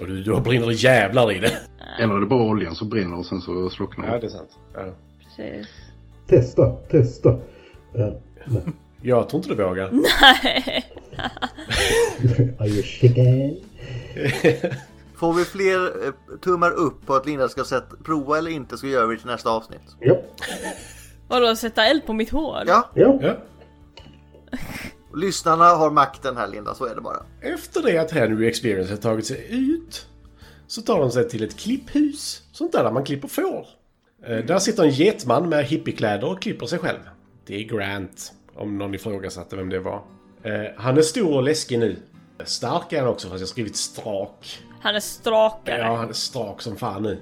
Och du, då brinner det jävlar i det. Eller är det bara oljan som brinner och sen så slocknar Ja, den? det är sant. Ja. precis. Testa, testa. Eh, nej. Jag tror inte du vågar. Are you chicken? Får vi fler eh, tummar upp på att Linda ska sätt, prova eller inte så gör vi det till nästa avsnitt. Ja, Vadå, sätta eld på mitt hår? Ja, ja. Ja. lyssnarna har makten här Linda, så är det bara. Efter det att Henry Experience har tagit sig ut så tar de sig till ett klipphus. Sånt där, där man klipper får. Eh, Där sitter en getman med hippiekläder och klipper sig själv. Det är Grant, om någon ifrågasatte vem det var. Eh, Han är stor och läskig nu. Stark är han också, fast jag har skrivit strak. Han är strakare. Ja, han är strak som fan nu.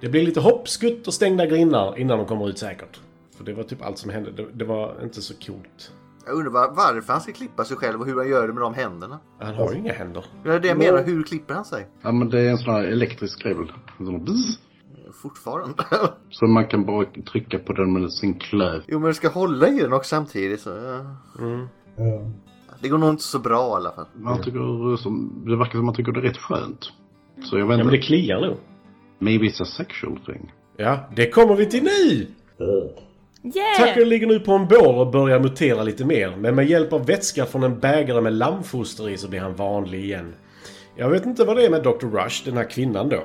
Det blir lite hoppskutt och stängda grinnar innan de kommer ut säkert. För det var typ allt som hände. Det, det var inte så coolt. Jag undrar var- varför han ska klippa sig själv och hur han gör det med de händerna. Han har ju inga händer. Det är det jag menar, hur klipper han sig? Ja men det är en sån här elektrisk grevel. En sån här bzz. Fortfarande. Så man kan bara trycka på den med sin klöv. jo men du ska hålla i den också samtidigt. Så, ja. Mm. Eh, Det går nog inte så bra i alla fall. Man tycker, som, det verkar som man tycker det är rätt skönt. Så jag vet Ja, men inte. det kliar nog. Maybe it's a sexual thing. Ja, det kommer vi till nu! eh. Yeah! Tucker ligger nu på en bår och börjar mutera lite mer. Men med hjälp av vätska från en bägare med lammfoster i så blir han vanlig igen. Jag vet inte vad det är med Dr. Rush, den här kvinnan då.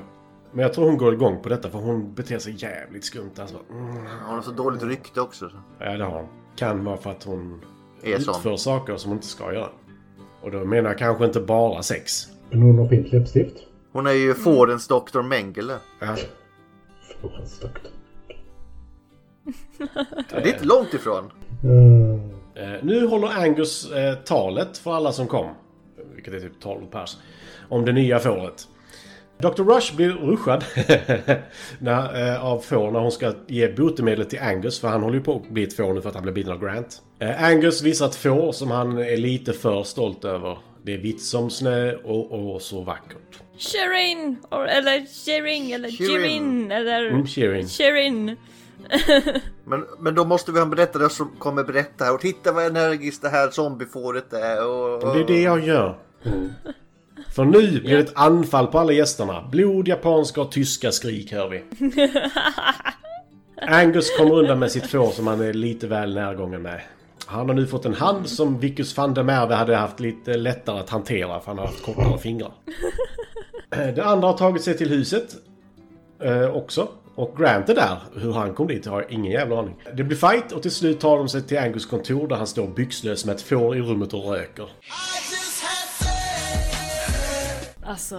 Men jag tror hon går igång på detta för hon beter sig jävligt skumt alltså. Mm. Hon har så dåligt rykte också. så Ja, det har hon. Kan vara för att hon Är sån. utför saker som hon inte ska göra. Och då menar jag kanske inte bara sex. Men hon har fint läppstift. Hon är ju Fordens Dr. Mengele. Ja. Förlåt, duktig. Det är inte långt ifrån. Uh, Eh, Nu håller Angus eh, talet för alla som kom, vilket är typ 12 pers, om det nya fåret. Dr. Rush blir ruschad när, eh, av får när hon ska ge botemedlet till Angus, för han håller ju på att bli ett får nu för att han blev biten av Grant. Eh, Angus visar ett får som han är lite för stolt över. Det är vitt som snö och, och så vackert. Shirin! Or, eller Shirin, eller Shirin. Jirin, eller Mm, Shirin. Shirin. Men, men då måste vi ha en berättare som kommer berätta och titta vad energiskt det här zombiefåret är och... Och det är det jag gör. För nu blir det ett anfall på alla gästerna. Blod, japanska och tyska skrik hör vi. Angus kommer undan med sitt får som han är lite väl närgången med. Han har nu fått en hand som Vicus van der Merwe hade haft lite lättare att hantera för han har haft kortare fingrar. Eh, Det andra har tagit sig till huset eh, också. Och Grant är där. Hur han kom dit har jag ingen jävla aning. Det blir fight och till slut tar de sig till Angus kontor där han står byxlös med ett får i rummet och röker. Alltså,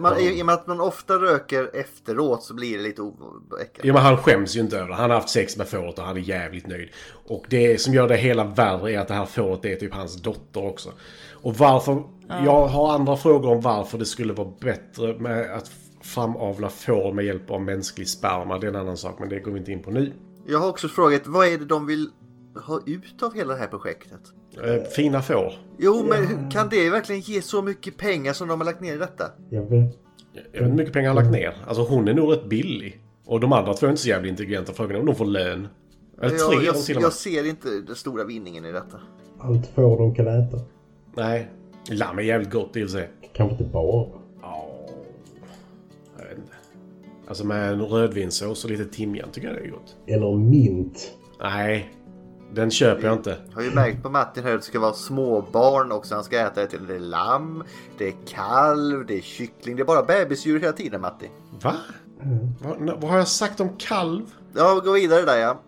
Man, i, I och med att man ofta röker efteråt så blir det lite oäckligt. Ja, men han skäms ju inte över det. Han har haft sex med fåret och han är jävligt nöjd. Och det som gör det hela värre är att det här fåret är typ hans dotter också. Och varför... Jag har andra frågor om varför det skulle vara bättre med att framavla får med hjälp av mänsklig sperma. Det är en annan sak, men det går vi inte in på nu. Jag har också frågat vad är det de vill ha ut av hela det här projektet? Eh, Fina får. Jo, men hur- kan det verkligen ge så mycket pengar som de har lagt ner i detta? jag vet. Jag vet inte hur mycket pengar han har lagt ner. Alltså hon är nog rätt billig. Och de andra två är inte så jävligt intelligenta. Frågan är om de får lön. Eller tre Jag, av jag, dem till och med. jag ser inte den stora vinningen i detta. Allt får de kan äta. Nej. Lamm är jävligt gott i och för sig. Kanske inte bara. Ja, jag vet inte. Alltså med en rödvinssås och lite timjan tycker jag det är gott. Eller mint. Nej, den köper jag inte. Jag har ju märkt på Martin här att det ska vara småbarn också. Han ska äta till det är lamm, det är kalv, det är kyckling. Det är bara bebisdjur hela tiden Matti. Va? Vad, na- vad har jag sagt om kalv? Ja, gå vidare där ja.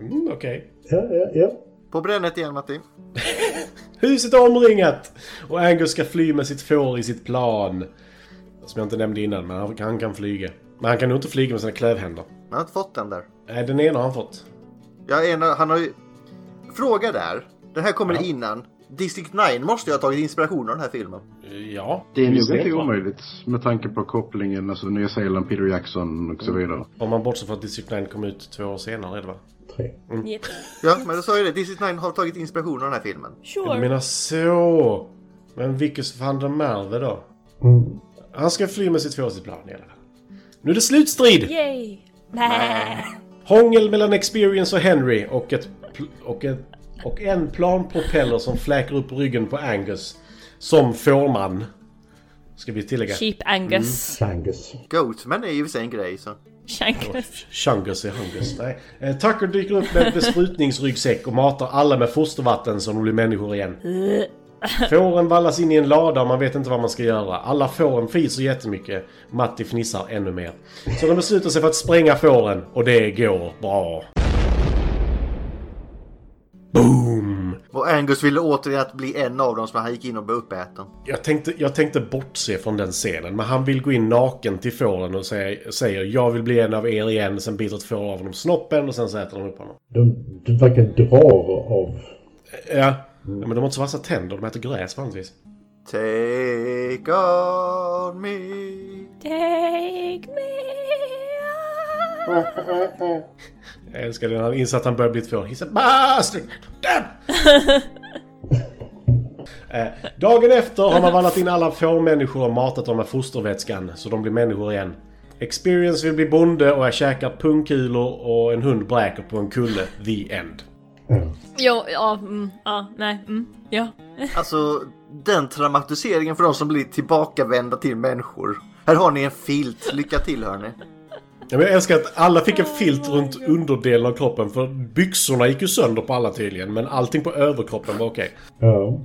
Mm, Okej. Ja, ja, ja. På brännet igen Matti. Huset är omringat! Och Angus ska fly med sitt får i sitt plan. Som jag inte nämnde innan, men han kan, han kan flyga. Men han kan nog inte flyga med sina klövhänder. Man har inte fått den där. Nej, den ena har han fått. Jag är en, han har ju... Fråga där. Det här kommer innan. District 9 måste ju ha tagit inspiration av den här filmen. Ja. Det är Just nog inte va? omöjligt med tanke på kopplingen, alltså Nya Zeeland, Peter Jackson och så Mm. vidare. Om man bortser från att District 9 kom ut två år senare, är det va? Tre. yep. Ja, men då sa jag det. District 9 har tagit inspiration av den här filmen. Jag sure. menar så! Men Vickers van der Merwe då? Mm. Han ska fly med sitt tvåsittplan i alla fall. Nu är det slutstrid! Yay! Nä. Hångel mellan Experience och Henry och, ett, pl- och, ett, och en planpropeller som fläker upp ryggen på Angus. Som fårman. Ska vi tillägga. Cheap Angus. Changus. Goatman är ju i och för sig en grej så. Shankus. Chungus är Hungus. Nej. Eh, Tucker dyker upp med en besprutningsryggsäck och matar alla med fostervatten som de blir människor igen. Fåren vallas in i en lada och man vet inte vad man ska göra. Alla fåren fiser jättemycket. Matti fnissar ännu mer. Så de beslutar sig för att spränga fåren och det går bra. Boom! Och Angus ville återigen att bli en av dem som han gick in och blev uppäten. Jag tänkte, jag tänkte bortse från den scenen, men han vill gå in naken till fåren och säger, säger jag vill bli en av er igen. Sen biter ett får av honom snoppen och sen så äter de upp honom. De, de verkar dra av... Ja. ja, men de har inte så vassa tänder. De äter gräs vanligtvis. Take on me. Take me out. Jag älskar det när han inser att han börjar bli ett får. He's a bastard! Damn! eh, dagen efter har man vallat in alla fårmänniskor och matat dem med fostervätskan. Så de blir människor igen. Experience vill bli bonde och jag käkar pungkulor och en hund bräker på en kulle. The end. Jo, ja, mm, ja, nej, mm, ja. Alltså, den traumatiseringen för de som blir tillbakavända till människor. Här har ni en filt. Lycka till hörni. Ja, men jag älskar att alla fick en filt runt underdelen av kroppen för byxorna gick ju sönder på alla tydligen men allting på överkroppen var okej. Ja.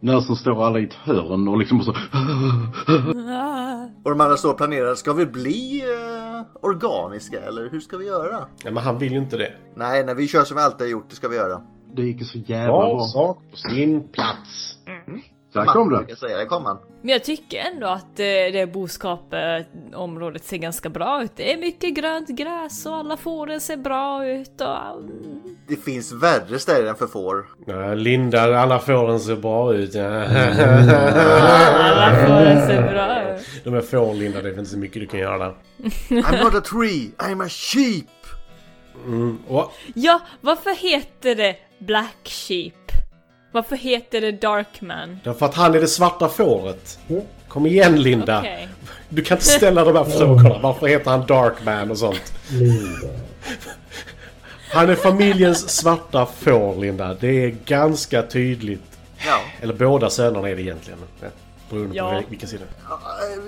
Nösen står alla i ett hörn och liksom så... Och de andra står och planerar. Ska vi bli eh, organiska eller hur ska vi göra? Ja, men han vill ju inte det. Nej, nej, vi kör som vi alltid har gjort. Det ska vi göra. Det gick ju så jävla Var bra. sak på sin plats. Där kom Man den. brukar säga, Där kom han. Men jag tycker ändå att eh, det boskapområdet ser ganska bra ut. Det är mycket grönt gräs och alla fåren ser bra ut och... mm. Det finns värre ställen för får. Ja, Linda, alla fåren ser bra ut. Ja. Alla fåren ser bra ut. De är får, Linda. Det finns så mycket du kan göra där. I'm not a tree, I'm a sheep! Mm, Och, Ja, varför heter det Black Sheep? Varför heter det Darkman? därför att han är det svarta fåret. Kom igen, Linda. Okej. Du kan inte ställa de här frågorna. Varför heter han Darkman och sånt? Linda. Han är familjens svarta får, Linda. Det är ganska tydligt. Ja. Eller båda sönerna är det egentligen. Beroende Ja. på vilken sida.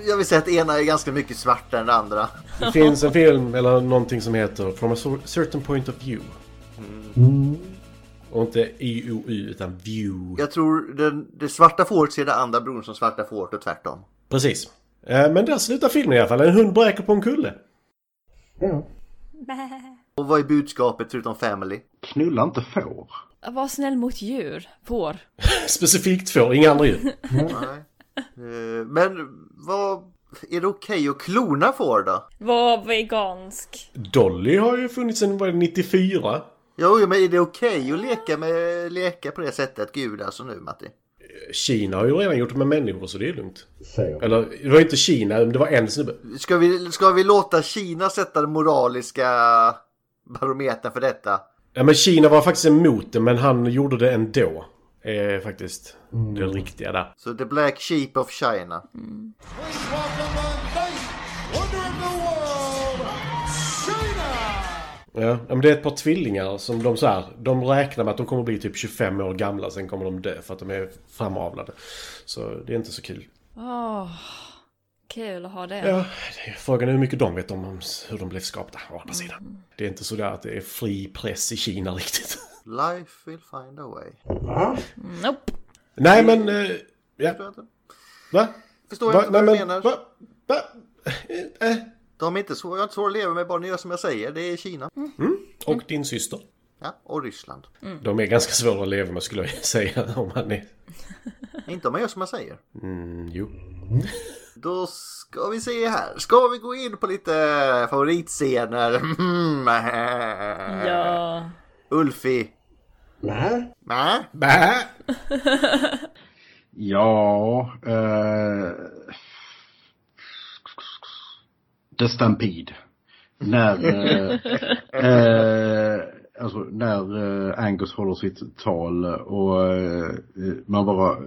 Jag vill säga att ena är ganska mycket svartare än det andra. Det finns en film eller någonting som heter From a Cer- certain point of view. Och inte IOU utan view. Jag tror den, det svarta fåret ser det andra bron som svarta fåret och tvärtom. Precis. Eh, Men där slutar filmen i alla fall. En hund bräker på en kulle. Ja. Och vad är budskapet förutom family? Knulla inte får. Var snäll mot djur. Får. Specifikt får, inga andra djur. Nej. Eh, Men vad... Är det okej att klona får då? Var vegansk. Dolly har ju funnits sedan vad är det, 94. Jo, jo, men är det okej att leka, med, leka på det sättet? Gud alltså nu Matti. Kina har ju redan gjort det med människor så det är lugnt. Säger Eller det var inte Kina, men det var en snubbe. Ska vi, ska vi låta Kina sätta den moraliska barometern för detta? Ja, men Kina var faktiskt emot det, men han gjorde det ändå. Eh, faktiskt. Det riktiga där. Så the black sheep of China. Please welcome the ninth wonder of the world, China! Ja, ja, men det är ett par tvillingar som de så här, de räknar med att de kommer bli typ 25 år gamla, sen kommer de dö för att de är framavlade. Så det är inte så kul. Åh, kul att ha det. Ja, det är frågan är hur mycket de vet om, om s- hur de blev skapta, å andra Mm. sidan. Det är inte så där att det är fri press i Kina riktigt. Life will find a way. Va? Nope. Nej, men... eh, Ja, Förstår jag inte. va? Förstår Va? jag inte vad Nej, du menar. Mm. men... Va? Va? Eh, eh. De är inte så, jag har inte svårt att leva med, bara ni gör som jag säger. Det är Kina. Och din syster. Ja, och Ryssland. De är ganska svåra att leva med skulle jag säga om man är... Inte om man gör som jag säger. Mm, jo. Då ska vi se här. Ska vi gå in på lite favoritscener? Mm. Ja. Ulfi. Nej. Mä? Bä! Äh! Ja... Eh... The Stampede. När... Eh, eh, alltså när eh, Angus håller sitt tal och eh, man bara,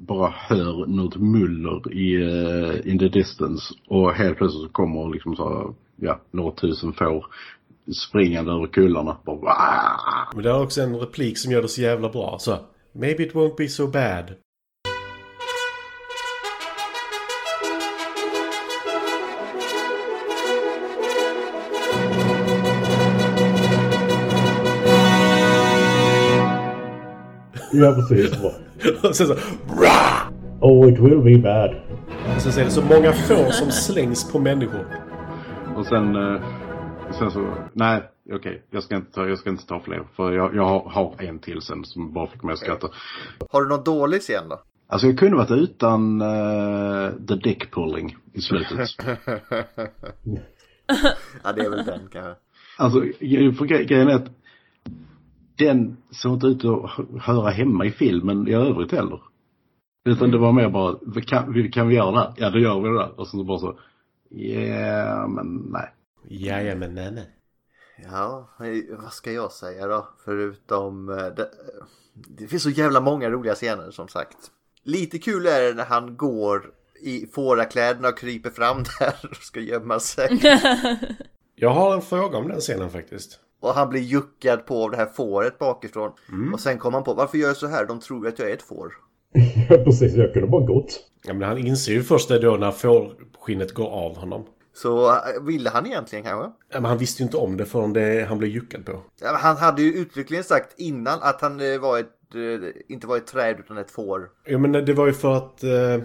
bara hör något muller i eh, in the distance och helt plötsligt så kommer liksom så här, ja, några tusen får springande över kullarna. Bara, "Ah!" Men det är också en replik som gör det så jävla bra. Så, maybe it won't be so bad. Ja, precis. Och sen så, bra! Oh, it will be bad. Och sen så är det så många får som slängs på människor. Och sen, eh, sen så, nej okej, jag, ska inte ta- jag ska inte ta fler för jag, jag har, har en till sen som bara fick mig att skratta. Har du någon dålig scen då? Alltså jag kunde varit utan eh, the dick pulling i slutet. Ja, det är väl den kanske. alltså gre- för gre- grejen är att den såg inte ut att hö- höra hemma i filmen i övrigt heller. Utan det var mer bara, "Vi kan, vi- kan vi göra det här? Ja då gör vi det där. Och sen så bara så, yeah, men nej. Jajamän, nej, nej. Ja, eh, vad ska jag säga då? Förutom... eh, Det, det finns så jävla många roliga scener som sagt. Lite kul är det när han går i fårakläderna och kryper fram där och ska gömma sig. Jag har en fråga om den scenen faktiskt. Och han blir juckad på av det här fåret bakifrån. Och sen kommer han på, varför gör jag så här? De tror att jag är ett får. Ja, precis. Jag kunde bara gått. Ja, men han inser ju först det då när fårskinnet går av honom. Så eh, ville han egentligen kanske? Ja, men han visste ju inte om det förrän det, han blev juckad på. Ja, men Han hade ju uttryckligen sagt innan att han eh, var ett, eh, inte var ett träd utan ett får. Ja, men det var ju för att... Eh,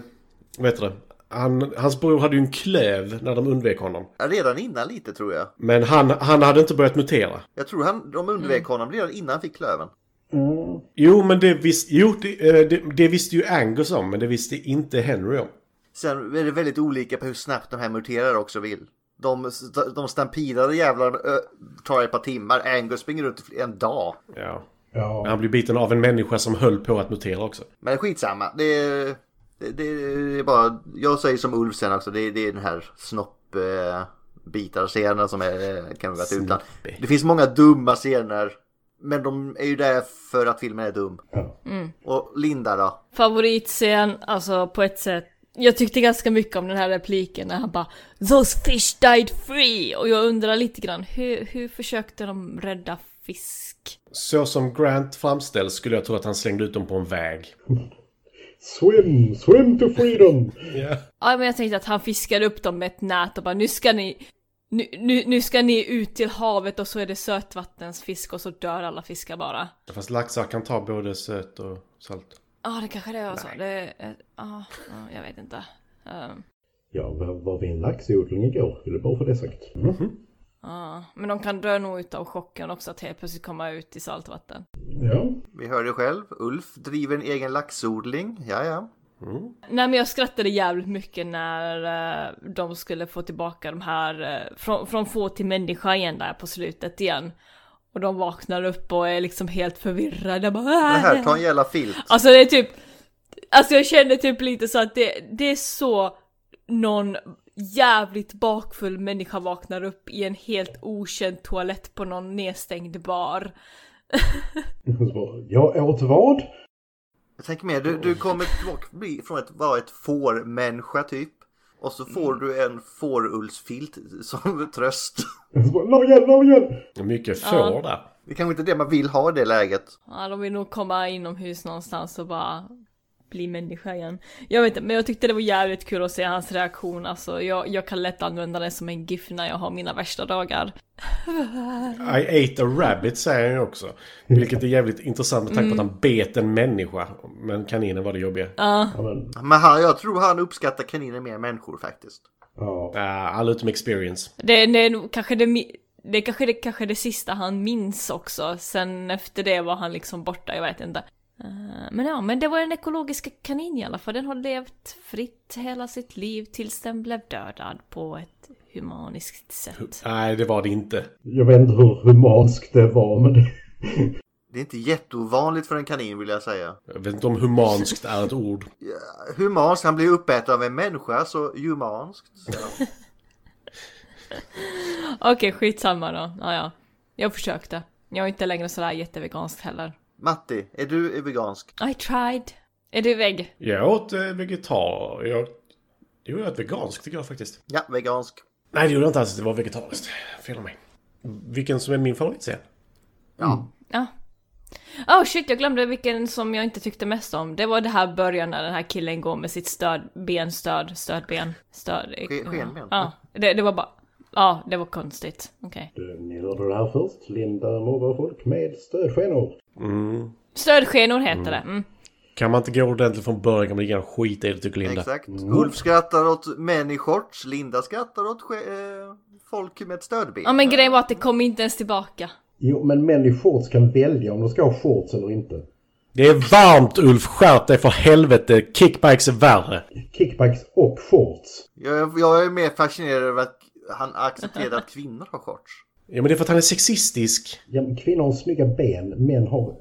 vad heter det? Han, hans bror hade ju en klöv när de undvek honom. Ja, Redan innan lite tror jag. Men han, han hade inte börjat mutera. Jag tror han, de undvek honom redan innan han fick klöven. Jo, men det, vis, jo, det, eh, det, det visste ju Angus om, men det visste inte Henry om. Sen är det väldigt olika på hur snabbt de här muterar också vill. De, de stampidade jävlarna ö, tar ett par timmar. Angus springer runt i fl- en dag. Ja. Men Ja, han blev biten av en människa som höll på att mutera också. Men skitsamma. Det, är- det, det är bara, jag säger som Ulf sen också. Det, det är den här snopp... Eh, bitar scener som är, eh, kan vi vara utan. Snoppig. Det finns många dumma scener. Men de är ju där för att filmen är dum. Ja. Och Linda då? Favoritscen, alltså på ett sätt. Jag tyckte ganska mycket om den här repliken när han bara “Those fish died free” och jag undrar lite grann hur, hur försökte de rädda fisk? Så som Grant framställs skulle jag tro att han slängde ut dem på en väg. Swim, swim to freedom! Ja. Ja men jag tänkte att han fiskade upp dem med ett nät och bara nu ska ni nu, nu, nu ska ni ut till havet och så är det sötvattensfisk och så dör alla fiskar bara. Fast laxar kan ta både söt och salt. Ja det kanske det var så. Det, eh, ja, ja, jag vet inte. Ehm, Ja, var, var vi en laxodling igår? Vill bara få det sagt. Mm. ja. Men de kan dö nog utav chocken också att helt plötsligt komma ut i saltvatten. Ja. Vi hörde själv. Ulf driver en egen laxodling. Ja, ja. Nej men jag skrattade jävligt mycket när eh, de skulle få tillbaka de här, eh, från, från få till människa igen där på slutet igen. Och de vaknar upp och är liksom helt förvirrade. Bara, "Äh." Det här, ta en jävla filt. Alltså det är typ, alltså jag känner typ lite så att det, det är så någon jävligt bakfull människa vaknar upp i en helt okänd toalett på någon nedstängd bar. Och så bara, Jag åt vad? Jag tänker mer, du, du kommer tillbaka bli- från att vara ett fårmänniska typ. Och så får du en fårullsfilt som tröst. Och så bara, Lam igen, lam igen! Mycket får där. Det är kanske inte det man vill ha i det läget. Ja, de vill nog komma inomhus någonstans och bara bli människa igen. Jag vet inte, men jag tyckte det var jävligt kul att se hans reaktion. Alltså, jag, jag kan lätt använda den som en GIF när jag har mina värsta dagar. I ate a rabbit säger han ju också. Vilket är jävligt intressant med tanke på att han bet en människa. Men kaninen var det jobbiga. Ja, men, Men han, jag tror han uppskattar kaniner mer än människor faktiskt. ja. Ah, all utom experience. Det, det är nog kanske det, mi- det, är kanske det kanske det sista han minns också. Sen efter det var han liksom borta, jag vet inte. Eh, Men ja, men det var den ekologiska kanin i alla fall. Den har levt fritt hela sitt liv tills den blev dödad på ett humaniskt sätt. Nej, det var det inte. Jag vet inte hur humanskt det var, men det... Det är inte jätteovanligt för en kanin vill jag säga. Jag vet inte om humanskt är ett ord. Humanskt, han blir uppäten av en människa så humanskt. Så. Okej, skitsamma då. Ja, ja. Jag försökte. Jag är inte längre sådär jättevegansk heller. Matti, är du vegansk? I tried. Är du vägg? Jag åt eh, vegetar... Jag... Jo, jag åt veganskt tycker jag faktiskt. Ja, vegansk. Nej, det gjorde jag inte alls. Det var vegetariskt. Fel av mig. Vilken som är min favoritscen? Ja. Oh shit, jag glömde vilken som jag inte tyckte mest om. Det var det här början när den här killen går med sitt stöd, ben, stöd, stödben, stöd... Ske- skenben. Ja, det, det var bara... Ja, det var konstigt. Okej. Du, Ni hörde det här först. Linda mobbar folk med stödskenor. Stödskenor heter det. Mm. Kan man inte gå ordentligt från början kan man lika gärna skita i det tycker Linda. Exakt. Ulf skrattar åt män i shorts, Linda skrattar åt ske- eh, folk med ett stödben. Ja men grejen var att det kom inte ens tillbaka. Jo, men män i shorts kan välja om de ska ha shorts eller inte. Det är varmt Ulf! Skärp dig för helvete! Kickbikes är värre! Kickbacks och shorts. Jag, jag är mer fascinerad över att han accepterar att kvinnor har shorts. Ja men det är för att han är sexistisk. Ja, men kvinnor har snygga ben, män har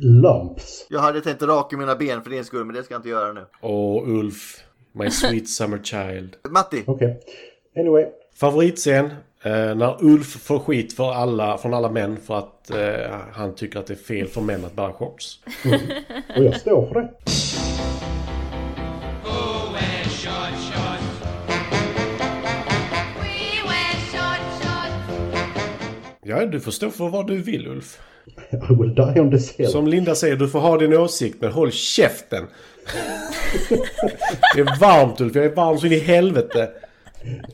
lumps. Jag hade tänkt raka mina ben för din skull, men det ska jag inte göra nu. Åh Ulf, my sweet summer child. Matti, Okej. Anyway. Favoritscen? Eh, när Ulf får skit för alla, från alla män för att eh, han tycker att det är fel för män att bära shorts. Och jag står för det. Ja, du får stå för vad du vill, Ulf. I will die on this hill. Som Linda säger, du får ha din åsikt, men håll käften! det är varmt, Ulf. Jag är varm så in i helvete.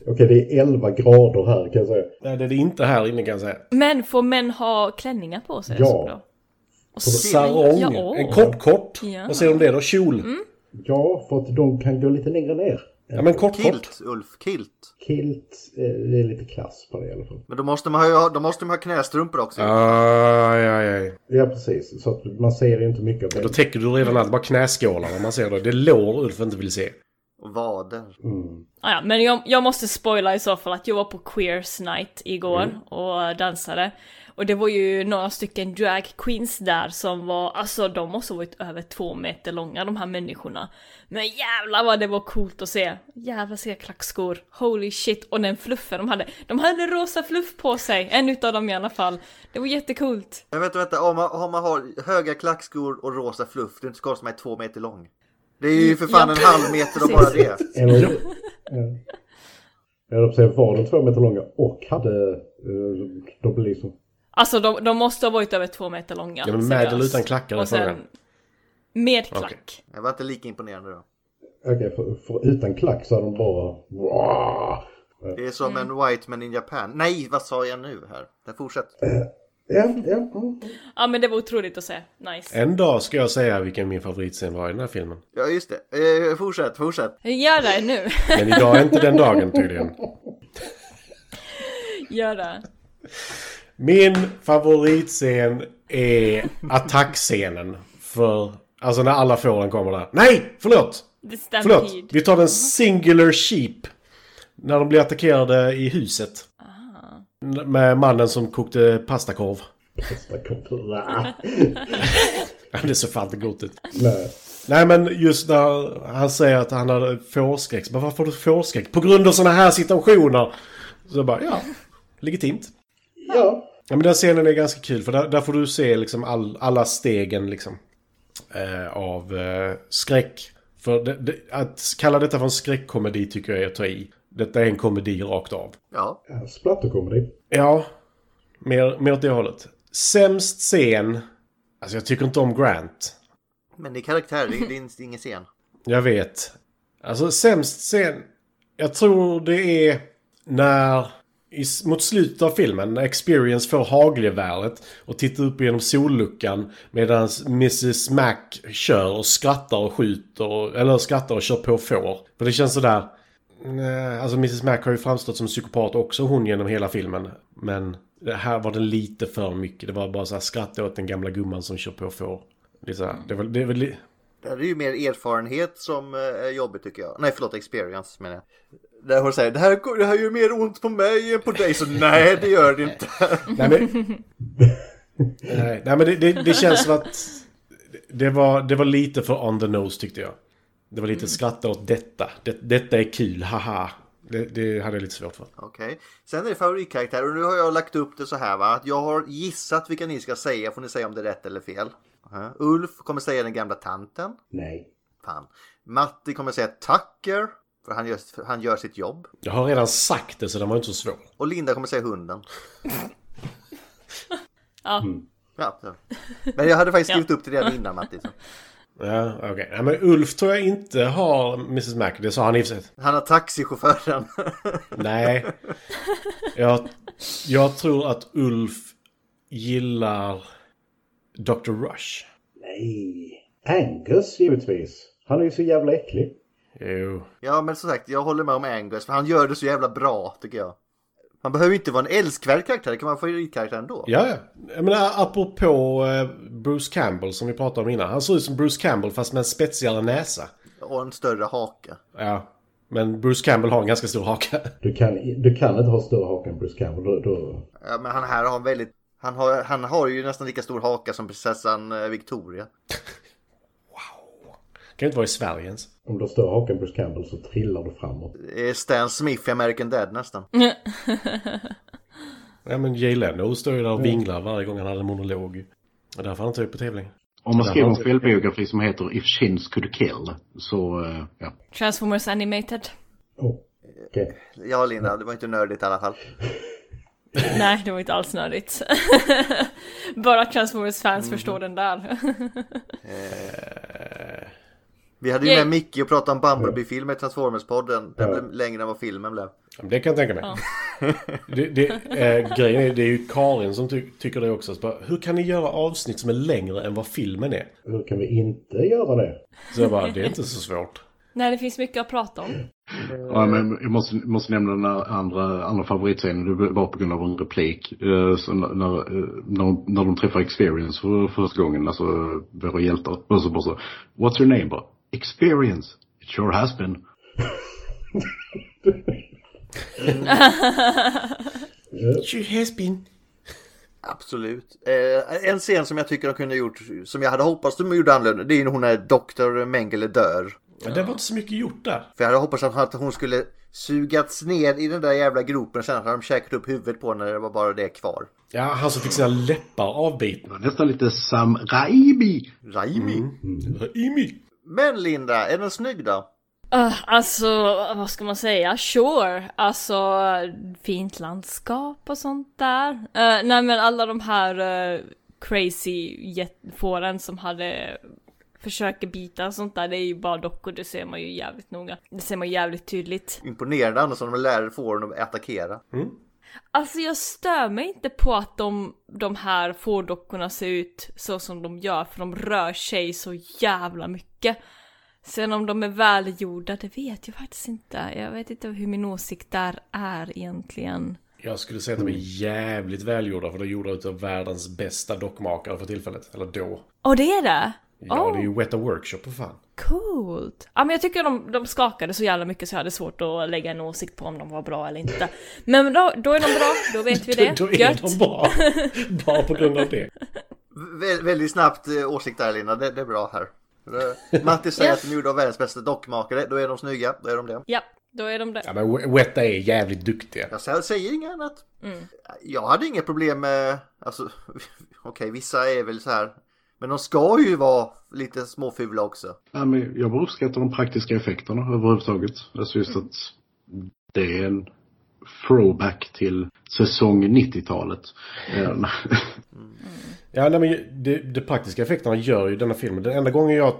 Okej, det är 11 grader här kan jag säga. Nej, det är det inte här inne kan jag säga. Men får män ha klänningar på sig? Ja. Så då? Och Sarong. Ja, åh. En kort, kort. Ja. Mm. Vad säger du om det då? Kjol? Ja, för att de kan gå lite längre ner. Ja, men kort, kort. Kilt, Ulf, kilt. Kilt, eh, det är lite klass på det i alla fall. Men då måste man ha, då måste man ha knästrumpor också. Aj, aj, aj. Ja, precis. Så att man ser ju inte mycket av Då det. täcker du redan allt, bara knäskålarna. Man ser det. Det är lår Ulf inte vill se. Och vader. Ah, ja, men jag, jag måste spoila i så fall att jag var på Queers Night igår Mm. och dansade. Och det var ju några stycken drag queens där som var, alltså de måste ha varit över två meter långa de här människorna. Men jävlar vad det var coolt att se! Jävlar se klackskor, holy shit! Och den fluffen de hade, de hade rosa fluff på sig, en utav dem i alla fall. Det var jättekult. Men vänta, vänta. Om man, om man har höga klackskor och rosa fluff, det är inte så konstigt att man är två meter lång. Det är ju för fan Ja. en halv meter och bara det. Eller, ja. Jag höll på att säga, var de två meter långa och hade eh, de blir liksom... Alltså de, de måste ha varit över två meter långa. Ja, men med seriöst. eller utan klackar är Och sen- frågan. Med klack. Jag var inte lika imponerande då. Okej, för, för utan klack så hade de bara... Wow. Det är som en white man in Japan. Nej, vad sa jag nu här? Den fortsätter. Ja, ja. mm. Ja men det var otroligt att se, nice. En dag ska jag säga vilken min favoritscen var i den här filmen. Ja, just det. Eh, fortsätt, fortsätt. Gör det nu! Men idag är inte den dagen tydligen. Gör det! Min favoritscen är attackscenen. För, alltså när alla fåren kommer där. Nej! Förlåt! Det stämmer Förlåt! tid. Vi tar den singular sheep. När de blir attackerade i huset. Med mannen som kokte pastakorv. Fasta kopplar. Ja, Det ser fan inte gott ut. Nej. Nej men just när han säger att han hade fårskräck. så bara, Varför har du fårskräck? På grund av sådana här situationer. Så jag bara ja, legitimt. Ja. Ja, men den scenen är ganska kul för där, där får du se liksom all, alla stegen liksom. Eh, av eh, skräck. För det, det, att kalla detta för en skräckkomedi tycker jag är att ta i. Detta är en komedi rakt av. Ja, Ja, Splatterkomedi. Ja, mer, mer åt det hållet. Sämst scen. Alltså jag tycker inte om Grant. men det är karaktär, det är, det är ingen scen. Jag vet. Alltså sämst scen. Jag tror det är när... I, s- mot slutet av filmen, när Experience får hagelgeväret och tittar upp genom solluckan medan Mrs Mac kör och skrattar och skjuter, och, eller skrattar och kör på får. För det känns sådär... Nej, alltså Mrs Mac har ju framstått som psykopat också hon genom hela filmen. Men det här var det lite för mycket. Det var bara såhär skratta åt den gamla gumman som kör på får. Det är, så här, det är väl... Det är väl li- Det här är ju mer erfarenhet som eh, är jobbigt tycker jag. Nej, förlåt, experience menar jag. Där hon säger det här, går- det här gör mer ont på mig än på dig, så nej det gör det inte. Nej men... nej, nej men det, det, det känns som att... Det var, det var lite för on the nose tyckte jag. Det var lite skratta åt detta. Det, detta är kul, haha. Det, det hade jag lite svårt för. Okej, sen är det favoritkaraktär och nu har jag lagt upp det så här va, att jag har gissat vilka ni ska säga, får ni säga om det är rätt eller fel. uh Ulf kommer säga den gamla tanten. Nej. Fan. Matti kommer säga Tucker, för han gör, för han gör sitt jobb. Jag har redan sagt det så den var inte så svår. Och Linda kommer säga hunden. Ja. Mm. Ja, så. Men jag hade faktiskt skrivit upp det redan innan Matti. Så. Ja, okej. Nej men Ulf tror jag inte har Mrs Mac. Det sa han i och för sig. Han har taxichauffören. Nej. Jag, jag tror att Ulf gillar Dr. Rush. Nej. Eh, Angus givetvis. Han är ju så jävla äcklig. Jo. Ja, men som sagt, jag håller med om Angus, för han gör det så jävla bra, tycker jag. Man behöver ju inte vara en älskvärd karaktär, det kan vara en favoritkaraktär ändå. Ja, ja. Jag menar, apropå eh, Bruce Campbell som vi pratade om innan. Han ser ut som Bruce Campbell fast med en spetsigare näsa. Och en större haka. Ja. Men Bruce Campbell har en ganska stor haka. Du kan, du kan inte ha större haka än Bruce Campbell. Då, då, Ja, men han här har en väldigt... Han har, han har ju nästan lika stor haka som prinsessan eh, Victoria. Kan ju inte vara i Sverige ens. om du har större haka än Bruce Campbell så trillar du framåt. Eh, Stan Smith i American Dad nästan. Ja, men Jay Leno står ju där och vinglar varje gång han hade en monolog. Och därför har han inte varit på tävling. Om man skriver en spelbiografi som heter If Shins Could Kill så, eh, ja. Transformers Animated. Oh. Okej. Ja, Linda, det var inte nördigt i alla fall. Nej, det var inte alls nödigt. Bara Transformers-fans Mm. förstår den där. Vi hade ju Yay. med Micke och pratade om Bumblebee-filmen i Transformers-podden. Den blev längre än vad filmen blev. Det kan jag tänka mig. Det, det, eh, grejen är, det är ju Karin som ty- tycker det också. Så bara, hur kan ni göra avsnitt som är längre än vad filmen är? Hur kan vi inte göra det? Så jag bara, det är inte så svårt. Nej, det finns mycket att prata om. Ja, men jag måste, måste nämna den här andra, andra favoritscenen. Det var på grund av en replik. Eh, så när, när, eh, när, de- när de träffar Experience för första gången, alltså våra hjältar. Och så bara så, What's your name? Bara, Experience. It sure has been. She has been. Absolut. Eh, en scen som jag tycker de kunde ha gjort, som jag hade hoppats de gjorde annorlunda, det är ju när hon är Dr. Mengele dör. Ja. Det var inte så mycket gjort där. För jag hade hoppats att hon skulle sugats ner i den där jävla gropen och sen hade de käkat upp huvudet på henne när det var bara det kvar. Ja, han som fick sina läppar avbitna. Det var nästan lite Sam Raimi. Raimi. Imi. Men Linda, är den snygg då? Uh, alltså, vad ska man säga? Sure! Alltså, fint landskap och sånt där. Eh, nej men alla de här eh, crazy jet- fåren som hade försöker bita och sånt där, det är ju bara dockor, det ser man ju jävligt noga. Det ser man ju jävligt tydligt. Imponerande annars som de lärare får dem att attackera. Alltså jag stör mig inte på att de, de här fårdockorna ser ut så som de gör, för de rör sig så jävla mycket. Sen om de är välgjorda, det vet jag faktiskt inte. Jag vet inte hur min åsikt där är egentligen. Jag skulle säga att de är jävligt välgjorda för de är gjorda utav världens bästa dockmakare för tillfället. Eller då. Åh, det är det? Ja, Åh. det är ju Weta Workshop för fan. Coolt! Ja men jag tycker de, de skakade så jävla mycket så jag hade svårt att lägga en åsikt på om de var bra eller inte. Men då, då är de bra, då vet vi det. Då är de bra. Bara på grund av det. Vä- väldigt snabbt eh, åsikt där Linda, det, det är bra här. Det- Matti säger att de gjorde av världens bästa dockmakare, då är de snygga, då är de det. Ja, då är de det. Ja, men Weta är jävligt duktiga. Jag sä- säger inget annat. Mm. Jag hade inga problem med, alltså, okej vissa är väl så här, men de ska ju vara lite småfula också. Nej, men jag bara uppskattar de praktiska effekterna överhuvudtaget. Alltså just att det är en throwback till säsong 90-talet. Eh, Ja, nej, men det, det praktiska effekterna gör ju denna filmen. Den enda gången jag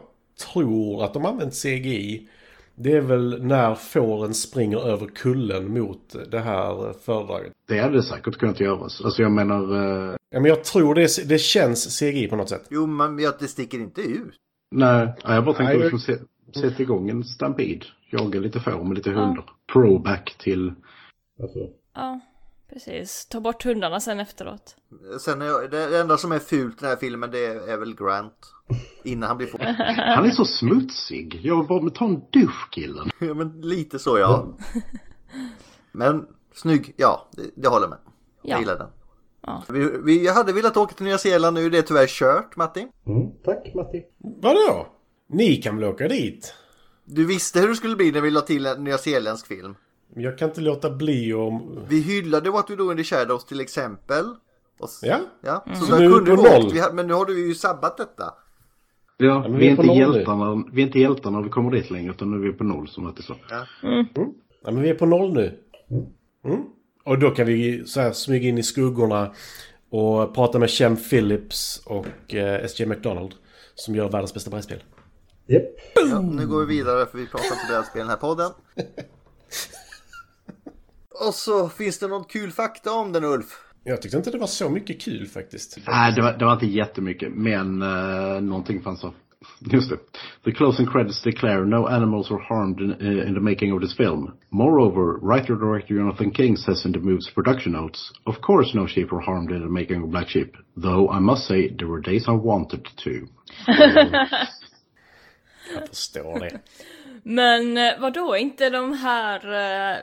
tror att de använt CGI det är väl när fåren springer över kullen mot det här föredraget. Det hade säkert kunnat göras. Alltså jag menar, eh, Ja, men jag tror det, är- det känns CGI på något sätt. Jo, men jag- det sticker inte ut. nej, nej, jag bara tänkte Nej, liksom se, sätta igång en stampid. Jaga lite får med lite hundar. Throwback till, Alltså, Ja, precis. Ta bort hundarna sen efteråt. Sen är jag, det enda som är fult i den här filmen det är, är väl Grant. Innan han blir fången. han är så smutsig. Jag bara, men ta en dusch killen. Ja, men lite så ja. Men snygg, ja, det, det håller med. Jag Ja. gillar den. Ja. Vi, vi jag hade velat åka till Nya Zeeland nu, det är tyvärr kört Matti. mm, tack Matti. Vadå? Ni kan väl åka dit? Du visste hur det skulle bli när vi la till en nyzeeländsk film. Men Jag kan inte låta bli om... Vi hyllade What We Do In The Shadows till exempel. Och, s- Ja? Mm. ja. Så Så där nu är vi kunde på vi åkt, noll. vi, ha- men nu har du ju sabbat detta. Ja, men vi, vi är är inte på noll nu. hjältarna, vi är inte hjältar när vi kommer dit längre utan nu är vi på noll som Matti sa. Ja, men vi är på noll nu. Mm. Och då kan vi så här smyga in i skuggorna och prata med Chem Phillips och eh, SJ McDonald som gör världens bästa brädspel. Japp. Ja, nu Mm. går vi vidare för vi pratar inte brädspel i den här podden. Och så finns det någon kul fakta om den Ulf? Jag tyckte inte det var så mycket kul faktiskt. Nej, det var, det var inte jättemycket, men uh, någonting fanns av. Just det. The closing credits declare no animals were harmed in, eh, in the making of this film. Moreover, writer-director Jonathan King says in the movie's production notes, of course no sheep were harmed in the making of Black Sheep, though I must say there were days I wanted to. Jag förstår det. Men eh, vadå, inte de här eh,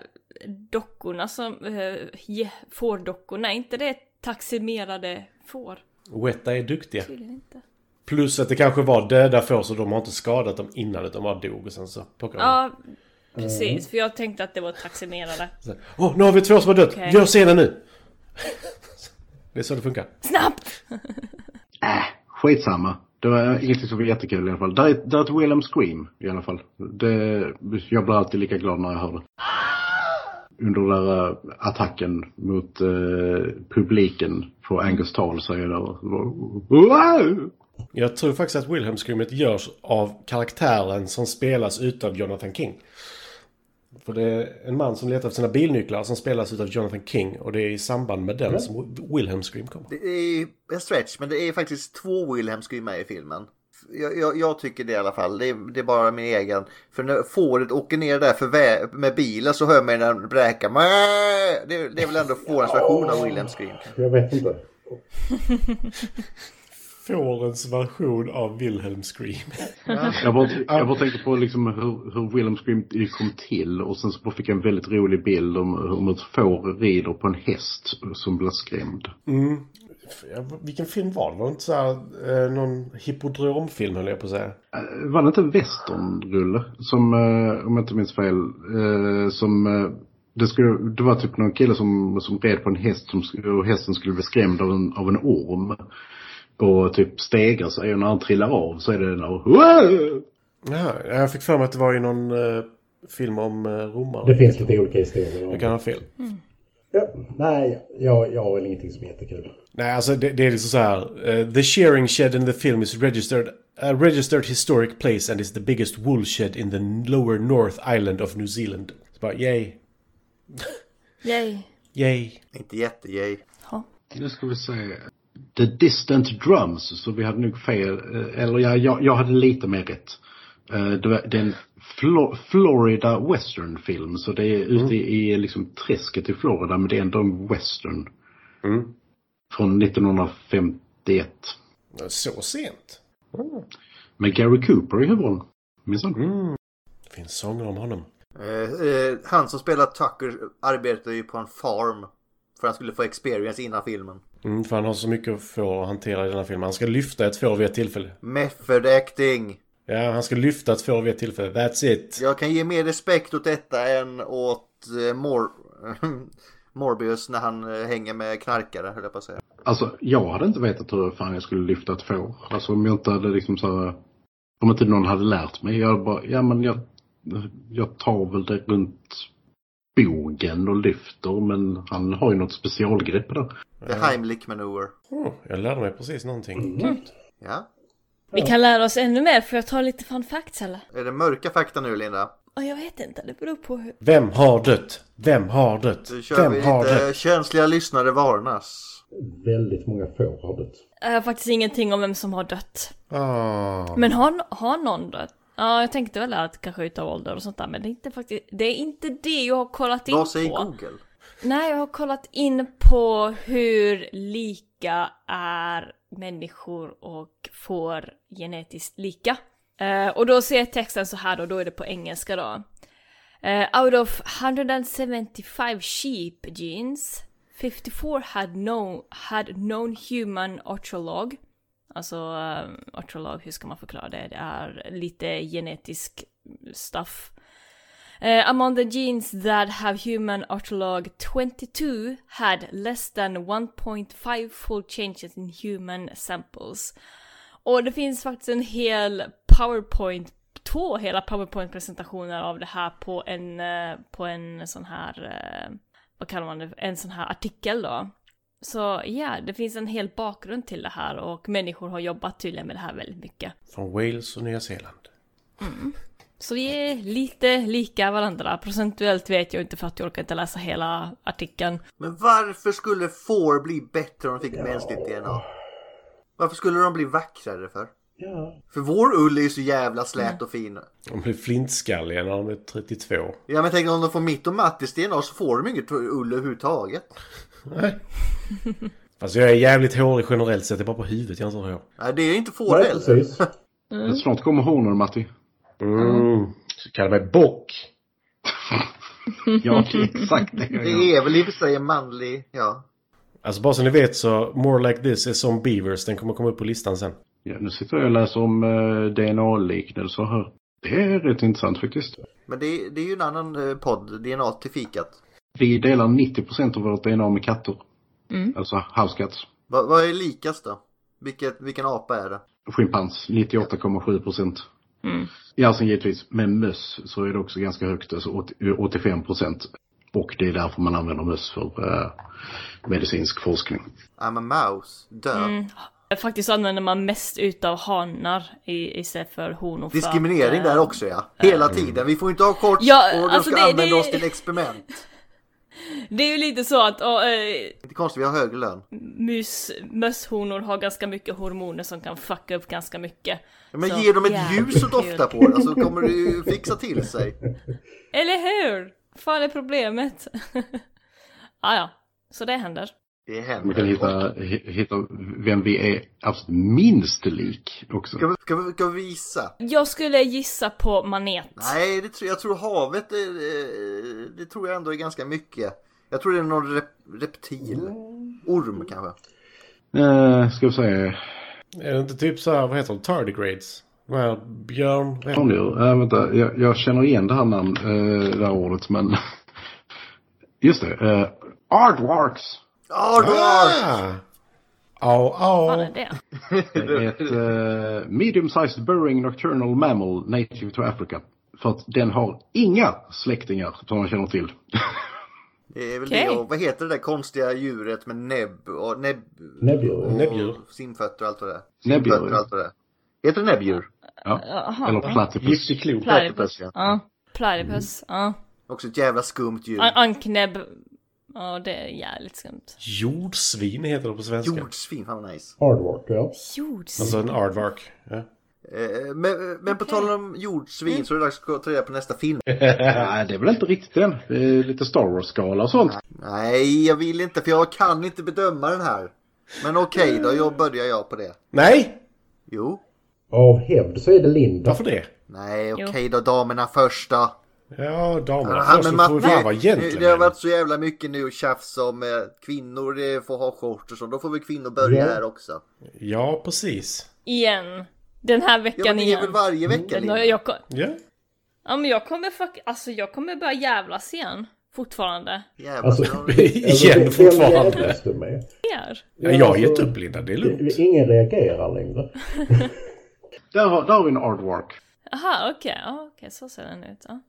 dockorna som... Eh, je- fårdockorna, inte det taximerade får? Weta är duktiga. Tydligen inte. Plus att det kanske var döda får så de har inte skadat dem innan utan bara dog och sen så plockade de. Ja, Mm. precis. För jag tänkte att det var taximerade. Så, Åh, nu har vi två som har dött! Okej. Gör scenen nu! det är så det funkar. Snabbt! Äh, skitsamma. Det var ingenting som var jättekul i alla fall. Där är, där är ett Willem Scream i alla fall. Det, jag blir alltid lika glad när jag hör det. under den där eh, attacken mot eh, publiken på Angus tal så är det där, wow! Jag tror faktiskt att Wilhelm-screamet görs av karaktären som spelas utav Jonathan King. För det är en man som letar efter sina bilnycklar som spelas utav Jonathan King och det är i samband med den som Wilhelm-scream kommer. Det är en stretch, men det är faktiskt två Wilhelm Scream med i filmen. Jag, jag, jag tycker det i alla fall. Det är, det är bara min egen. För när fåret åker ner där för vä- med bilen så hör man den bräka. "Mä!" Det, är- det är väl ändå fårens version av Wilhelm Scream. Jag vet inte. Fårens version av Wilhelm-scream. Jag bara, jag bara tänkte på liksom hur, hur Wilhelm Scream kom till och sen så bara fick jag en väldigt rolig bild om hur ett får rider på en häst som blir skrämd. Ja, vilken film var det? Var det inte så här, eh, någon hippodromfilm höll jag på att säga? Eh, Var det inte en westernrulle? Som, eh, om jag inte minns fel, eh, som eh, det, skulle, det var typ någon kille som, som red på en häst som, sk- och hästen skulle bli skrämd av en, av en orm. Och typ stegar sig och när han trillar av så är det den där "Wow!" Jaha, jag fick för mig att det var i någon eh, film om eh, romare. Det finns lite olika historier. om Jag det. kan ha fel. Ja, nej, jag, jag har väl ingenting som är jättekul. Nej, alltså det, det är liksom så här. eh, the shearing shed in the film is registered a registered historic place and is the biggest wool shed in the lower North Island of New Zealand. Så bara, yay, Yay. yay. Inte jättejej. Nu ska vi se. The Distant Drums, så vi hade nog fel, eh, eller jag, jag, jag hade lite mer rätt. Eh, Det, var, det är en Flo, Florida Western film, så det är ute i liksom träsket i Florida, men det är ändå en western. Från 1951. Så sent. Med Gary Cooper i huvudrollen. Minns han? Det finns sånger om honom. Eh, eh, han som spelar Tucker arbetade ju på en farm. För han skulle få experience innan filmen. Mm, för han har så mycket får att hantera i den här filmen. Han ska lyfta ett får vid ett tillfälle. Method acting. Ja, han ska lyfta ett får vid ett tillfälle. That's it. Jag kan ge mer respekt åt detta än åt eh, Mor Morbius när han eh, hänger med knarkare höll jag på att säga. Alltså, jag hade inte vetat hur fan jag skulle lyfta ett får. Alltså om jag inte hade liksom så här, Om inte någon hade lärt mig. Jag hade bara, ja men jag, jag tar väl det runt bogen och lyfter. Men han har ju något specialgrepp där. The Heimlich maneuver. Oh, jag lärde mig precis någonting. Ja. Vi kan lära oss ännu mer för jag tar lite fun facts eller? Är det mörka fakta nu Linda? Och jag vet inte, det beror på hur... Vem har dött? Vem har dött? Nu kör Vem vi har lite dött? känsliga lyssnare varnas. Väldigt många får har dött. Jag har faktiskt ingenting om vem som har dött. Ah. Men har, har någon dött? Ja, jag tänkte väl att kanske utav ålder och sånt där, men det är inte faktiskt... Det är inte det jag har kollat in Vad säger på. Google? Nej, jag har kollat in på hur lika är människor och får genetiskt lika. Eh, och då ser texten så här då, då är det på engelska då. Eh, out of 175 sheep genes, 54 had, no, had known human artrolog. Alltså, um, artrolog, hur ska man förklara det? Det är lite genetisk stuff. Uh, among the genes that have human autolog 22 had less than 1.5 full changes in human samples. Och det finns faktiskt en hel powerpoint, två hela powerpoint-presentationer av det här på en, eh, på en sån här, eh, vad kallar man det, en sån här artikel då. Så ja, det finns en hel bakgrund till det här och människor har jobbat tydligen med det här väldigt mycket. Från Wales och Nya Zeeland. Så vi är lite lika varandra. Procentuellt vet jag inte för att jag orkar inte läsa hela artikeln. Men varför skulle får bli bättre om de fick mänskligt DNA? Varför skulle de bli vackrare för? Ja. Mm. För vår ull är ju så jävla slät och fin. De blir flintskalliga när de är 32. Ja men tänk om de får mitt och Mattis DNA så får de inget ull överhuvudtaget. Nej. Fast jag är jävligt hårig generellt sett. Det är bara på huvudet jag inte har hår. Nej det är inte får Nej, heller. precis. Snart kommer honen Matti. Mm. Så kallar mig bock. Ja, det är exakt det jag gör. Det är väl i och för sig en manlig, ja. Alltså bara så ni vet så More Like This är som Beavers. Den kommer komma upp på listan sen. Ja, nu sitter jag och läser om eh, DNA-liknelser här. Det är rätt intressant faktiskt. Men det, det är ju en annan eh, podd, DNA till fikat. Vi delar 90 av vårt DNA med katter. Alltså halvskatt. Va, vad är likast då? Vilket, vilken apa är det? Schimpans 98,7 procent. Ja, sen givetvis med möss så är det också ganska högt, alltså åt- 85 procent. Och det är därför man använder möss för eh, medicinsk forskning. I'm a mouse. Dö. Mm, Faktiskt använder man mest utav hanar i, istället för honor. för Diskriminering att, eh, där också ja. Hela Mm. tiden. Vi får inte ha kort Ja, och de alltså, ska det- använda det- oss till experiment. Det är ju lite så att ja, eh, Inte konstigt, vi har högre lön. mus, mösshonor har ganska mycket hormoner som kan fucka upp ganska mycket. Ja, Men Så, ge dem ett jävligt ljus att kul. dofta på det, så kommer det ju fixa till sig. Eller hur? Fan är problemet. ah, ja, så det händer. Det Man händer. kan hitta, hi- hitta vem vi är absolut minst lik också. Ska vi, ska, vi, ska vi visa? Jag skulle gissa på manet. Nej, det tror, jag tror havet är, eh, det tror jag ändå är ganska mycket. Jag tror det är någon rep, reptil. Orm kanske. Eh, ska vi säga, Är det inte typ så här, vad heter de, tardigrades? De här björn... vad heter de? Kondjur. Äh, vänta, jag, jag känner igen det här namn, eh, det här ordet men... Just det, eh, aardvarks. Aardvark! Ah! Au, Vad au. är det? Ett eh, medium-sized burrowing nocturnal mammal native to Africa. För att den har inga släktingar som man känner till. Det är väl Okej. det och vad heter det där konstiga djuret med näbb och näbb... Näbbdjur. Näbbdjur. och Simfötter och allt vad det är. Näbbdjur. Simfötter och allt vad det är. Heter det näbbdjur? Eller Jaha. platypus. Gyckelklok. Platypus. ja. Mm. Ja. Platypus. Ja. Också ett jävla skumt djur. An- Anknäbb. Ja, det är jävligt skumt. Jordsvin heter det på svenska. Jordsvin, fan vad nice. Hardwork, ja. Jordsvin. Alltså en aardvark. Ja. Eh, men men på tal om jordsvin Mm. så är det dags att ta reda på nästa film. Nej, det är väl inte riktigt den. Det är lite Star Wars-skala och sånt. Nej, jag vill inte för jag kan inte bedöma den här. Men okej Mm. då, jag börjar jag på det. Nej! Jo. Av hävd så är det Linda. Varför det? Nej, okej Jo. då damerna första. Ja, damerna Ah, men först. Vi får ju Matte, fan vara det, det har gentlemän. varit så jävla mycket nu tjafs om eh, kvinnor eh, får ha shorts och så. Då får väl kvinnor börja Ja. här också. Ja, precis. Igen. Den här veckan Ja, men det är igen. väl varje vecka Den Linda? har Mm, jag, ko- Ja. ja, men jag kommer fuck... Alltså jag kommer börja jävlas igen. Fortfarande. Jävlar, Alltså, så har vi- Igen Alltså, vem- vem fortfarande. jävlas du med? Mer. Ja, jag har gett upp Linda, det är lugnt. Ingen reagerar längre. Där har, där har vi en aardvark. Aha, okej. Ja, okej, så ser den ut. Ja.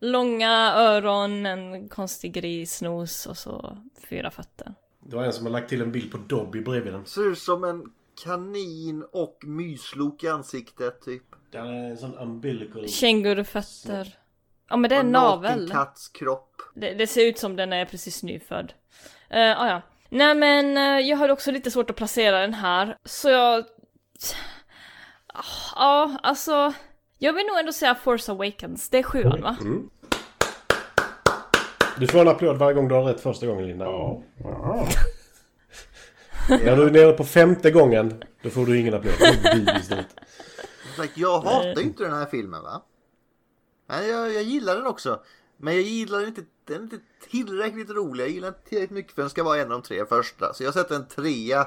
Långa öron, en konstig grisnos och så fyra fötter. Mm. Det var en som har lagt till en bild på Dobby bredvid den. Ser ut som en kanin och myslok i ansiktet typ. Den är en sån umbilical... Kängurufötter. Ja men det är Och en navel. katts kropp. Det, det ser ut som den är precis nyfödd. Uh, ah, ja. Nej men eh, jag har också lite svårt att placera den här, så jag... Ah, Ja, alltså... Jag vill nog ändå säga Force Awakens, det är sjuan va? Du får en applåd varje gång du har rätt första gången Linda. Ja. Ja. När du är nere på femte gången, då får du ingen applåd. Då är det du istället. Som sagt, jag hatar ju inte den här filmen va? Nej, jag, jag gillar den också. Men jag gillar den inte, den är inte tillräckligt rolig. Jag gillar den inte tillräckligt mycket för den ska vara en av de tre första. Så jag sätter en trea,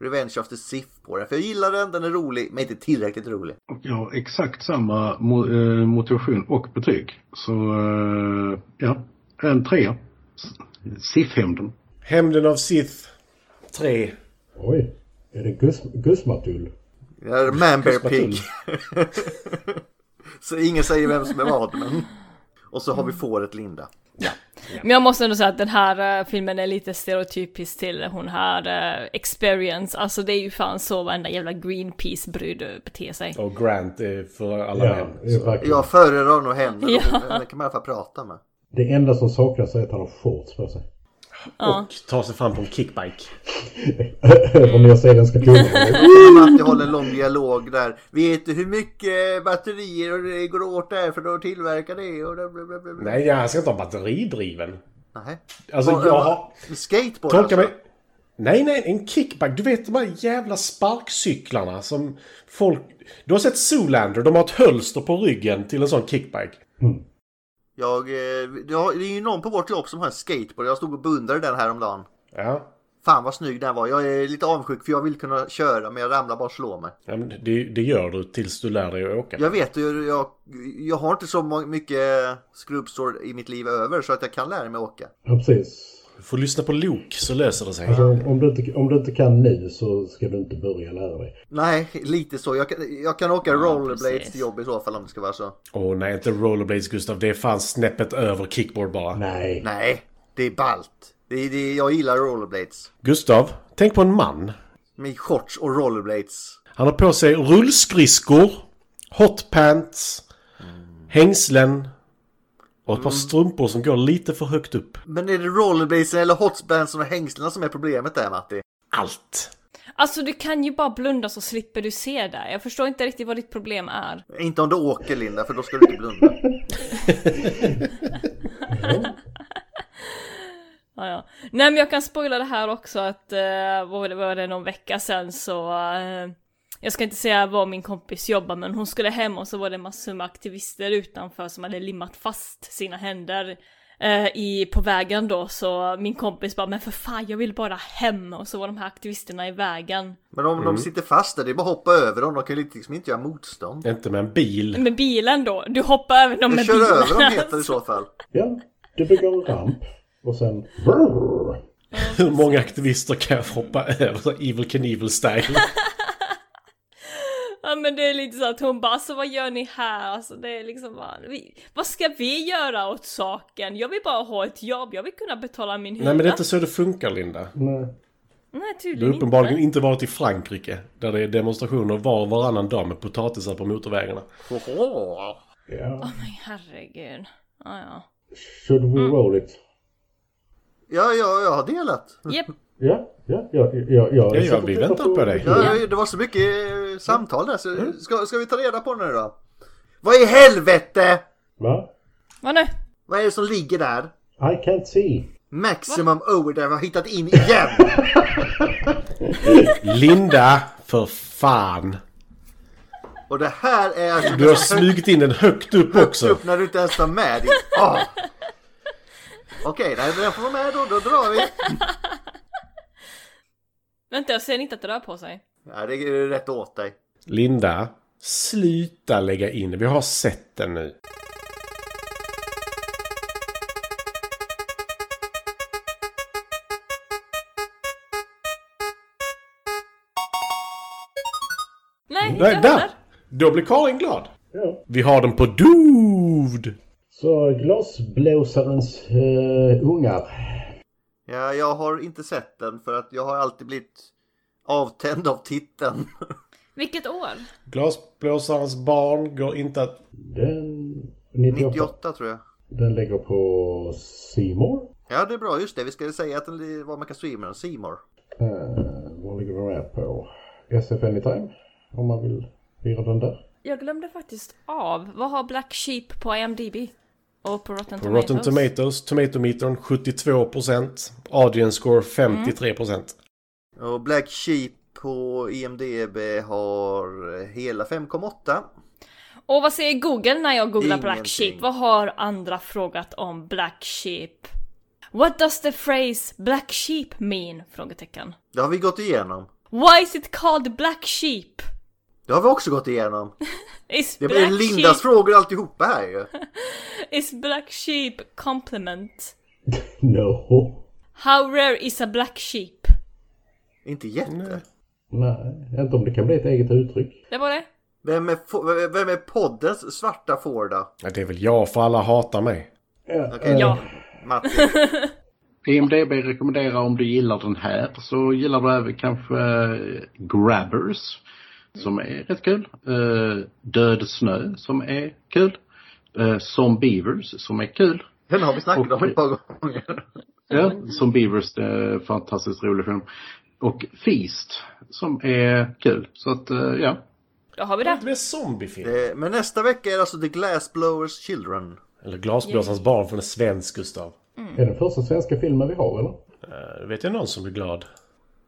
Revenge of the Sith på den. För jag gillar den, den är rolig, men inte tillräckligt rolig. Och jag har exakt samma mo- eh, motivation och betyg. Så eh, ja, en trea. SIF-hämnden. Hämnden av Sith 3. Oj. Är det Gus- Gusmatull? Jag är Man Bear Gusmatull. Pig. så ingen säger vem som är vad, men... Och så har vi fåret Linda. Men jag måste ändå säga att den här eh, filmen är lite stereotypisk till hon här eh, Experience, alltså det är ju fan så varenda jävla Greenpeace-brud eh, beter sig. Och Grant är för alla Ja, män. det är verkligen. Jag föredrar nog henne. Ja. Henne kan man i alla fall prata med. Det enda som saknas är att han har shorts på sig. Och tar sig fram på en kickbike. Om jag säger den ska kunna. Matti håller en lång dialog där. Vet du hur mycket batterier och det går åt där för att tillverka det? Och blablabla. Nej, jag ska inte ha batteridriven. Nej. Alltså Vad- jag har... vad- Skateboard Tolka mig... alltså. Nej, nej, en kickback. Du vet de här jävla sparkcyklarna som folk... Du har sett Zoolander, de har ett hölster på ryggen till en sån kickbike. Jag, eh, det har- det är ju någon på vårt jobb som har en skateboard. Jag stod och beundrade den häromdagen. Ja. Fan vad snygg den var. Jag är lite avundsjuk för jag vill kunna köra men jag ramlar bara och slår mig. ja men det, det gör du tills du lär dig att åka. Jag vet ju, jag, jag har inte så må- mycket skrubbsår i mitt liv över så att jag kan lära mig åka. Ja, precis. Du får lyssna på Luke så löser det sig. Alltså, om, om, du inte, om du inte kan nu så ska du inte börja lära dig. Nej, lite så. Jag kan, jag kan åka rollerblades precis. till jobb i så fall om det ska vara så. Åh nej, inte rollerblades Gustav. Det är fan snäppet över kickboard bara. Nej. Nej, Det är ballt. Det, det, jag gillar rollerblades. Gustav, tänk på en man. Med shorts och rollerblades. Han har på sig rullskridskor, hotpants, hängslen och ett par strumpor som går lite för högt upp. Men är det rollerblades eller hotbands och hängslena som är problemet där Matti? Allt! Alltså du kan ju bara blunda så slipper du se där. Jag förstår inte riktigt vad ditt problem är. Inte om du åker Linda för då ska du inte blunda. Ja, ja. Nej men jag kan spoila det här också att, eh, vad var det, var det någon vecka sedan så, eh, jag ska inte säga var min kompis jobbar men hon skulle hem och så var det massor med aktivister utanför som hade limmat fast sina händer eh, i, på vägen då så min kompis bara men för fan jag vill bara hem och så var de här aktivisterna i vägen. Men om de sitter fast där, det är bara att hoppa över dem. De kan ju liksom inte göra motstånd. Inte med en bil. Med bilen då, du hoppar över dem Du med kör bilen. över dem heter det i så fall. Ja, du bygger en ramp och sen... Brrr, Hur många aktivister kan jag hoppa över? Så Evil Knievel style. Ja men det är lite så att hon bara alltså vad gör ni här? Alltså det är liksom bara, vi, vad ska vi göra åt saken? Jag vill bara ha ett jobb, jag vill kunna betala min hyra. Nej men det är inte så det funkar Linda. nej. Nej Du har tydligen uppenbarligen inte. inte varit i Frankrike. Där det är demonstrationer var och varannan dag med potatisar på motorvägarna. Ja. Men herregud. Ja ja. Should we roll it? Ja, ja, jag har delat. Japp. Ja, ja, ja, ja, ja. Ja, ja, vi väntar på dig. Ja, det var så mycket eh, samtal där så ska, ska vi ta reda på nu då? Vad i helvete! Va? Vad nu? Vad är det som ligger där? I can't see. Maximum Overdrive har hittat in igen! Linda, för fan! Och det här är alltså Du har smugit in den högt upp också. upp när du inte ens var med. Din... Ah. Okej, nej, men jag får vara med då, då drar vi. Vänta jag ser inte att det rör på sig. Ja, det är rätt åt dig. Linda, sluta lägga in. Vi har sett den nu. Nej, inte Nej, jag där! heller. Då blir Karin glad. Ja. Vi har den på Dovd! Så glasblåsarens eh, ungar. Ja, jag har inte sett den för att jag har alltid blivit avtänd av titeln. Vilket år? Glasblåsarens barn går inte att... Den... 98. 98 tror jag. Den ligger på Seymour. Ja, det är bra. Just det, vi ska säga att den, vad man kan streama den. Seymour. Eh, vad ligger den med på? SF Anytime. Om man vill hyra den där. Jag glömde faktiskt av. Vad har Black Sheep på IMDB? Och på Rotten Tomatoes? Rotten Tomatoes, Tomato Metern 72%, Audience Score 53%. Och Black Sheep på IMDB har hela 5,8. Och vad säger Google när jag googlar Black Ingenting. Sheep? Vad har andra frågat om Black Sheep? What does the phrase Black Sheep mean? Frågetecken. Det har vi gått igenom. Why is it called Black Sheep? Det har vi också gått igenom. Is Det blir black Lindas sheep, frågor alltihopa här ju. is black sheep compliment? No. How rare is a black sheep? Inte jätte. Nej, inte om det kan bli ett eget uttryck. Det var det. Vem är, fo- vem är poddens svarta Forda? Ja, det är väl jag, för alla hatar mig. Okej, Ja. Matti. IMDB rekommenderar om du gillar den här så gillar du även kanske eh, Grabbers som är rätt kul. Eh, Död snö som är kul. Eh, Som Beavers som är kul. Den har vi snackat om ett par gånger. Ja, som Beavers, det är en fantastiskt rolig film. Och Feast som är kul. Så att eh, ja. Då har vi det. Inte mer zombiefilm. Eh, Men nästa vecka är det alltså The Glassblowers Children. Eller Glasblåsarens barn från en svensk, Gustav. Är den första svenska filmen vi har eller? Eh, vet jag någon som blir glad?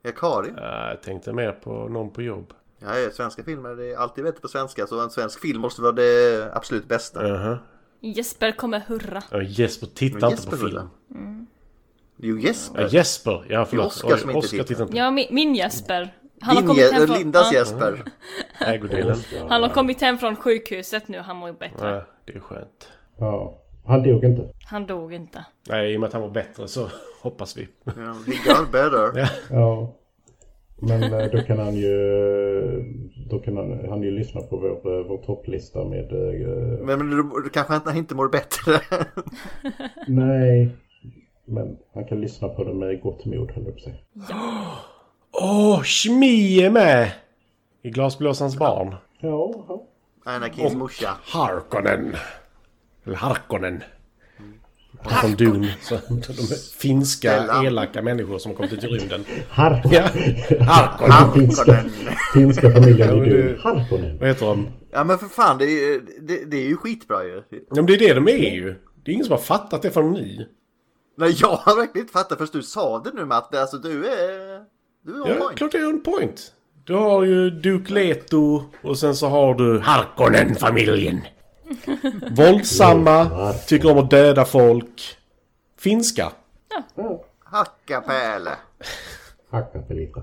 Ja, Karin. Eh, jag tänkte mer på någon på jobb. Ja, ja, svenska filmer, det är alltid bättre på svenska. Så en svensk film måste vara det absolut bästa. Uh-huh. Jesper kommer hurra. Jesper tittar Men inte på Jesper vill film. Det är ju Ja, Jesper. Jesper, ja förlåt. Det är Oscar som inte Oscar tittar inte. Ja, min, min Jesper. Han har Din kommit Je- hem eh, från... Lindas ja, Jesper. Ägodelen. Han har kommit hem från sjukhuset nu, han mår ju bättre. Ja, det är skönt. Ja. Han dog inte. Han dog inte. Nej, i och med att han var bättre så hoppas vi. Ja, He got better. Ja. Men eh, då kan han ju... Då kan han, han ju lyssna på vår, eh, vår topplista med... eh, Men, men du, du kanske inte, inte mår bättre. Nej. Men han kan lyssna på det med gott mod, höll jag på att säga. Åh, oh, Shmi är med! I glasblåsans barn. Ja, ja. Anakins morsa. Harkonnen. Eller Harkonnen. Från Dune. Så de är finska Snälla. elaka människor som har kommit ut i rymden. Harkonen. Ja. Harkonnen. Finska, Harkonnen. finska familjen men i det- Dun. Harkonen. Vad heter de? Ja men för fan, det är ju, det, det är ju skitbra ju. Ja, men det är det de är ju. Det är ingen som har fattat det förrän ni. Nej jag har verkligen inte fattat förrän du sa det nu Matt. Alltså du är... Du är on Ja, point. klart det är on point. Du har ju Duke Leto och sen så har du Harkonnen-familjen. Våldsamma, tycker om att döda folk. Finska. Hacka pärle. Hacka för lite.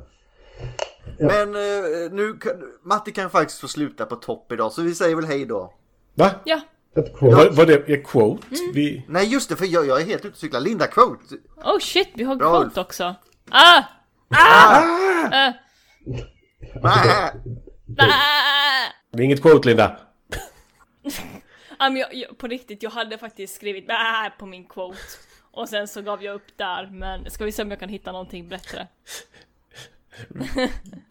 Men eh, nu kan, Matti kan faktiskt få sluta på topp idag så vi säger väl hej då. Va? Ja, Ett kort. Var, var det är quote? Vi... Nej just det för jag, jag är helt ute och cyklar. Linda Quote. oh shit, vi har Bra, Ulf. quote också. Ah! Bä! Ah! Det är inget quote, Linda. Ja, men jag, jag, på riktigt, jag hade faktiskt skrivit bää på min quote. Och sen så gav jag upp där, men ska vi se om jag kan hitta någonting bättre.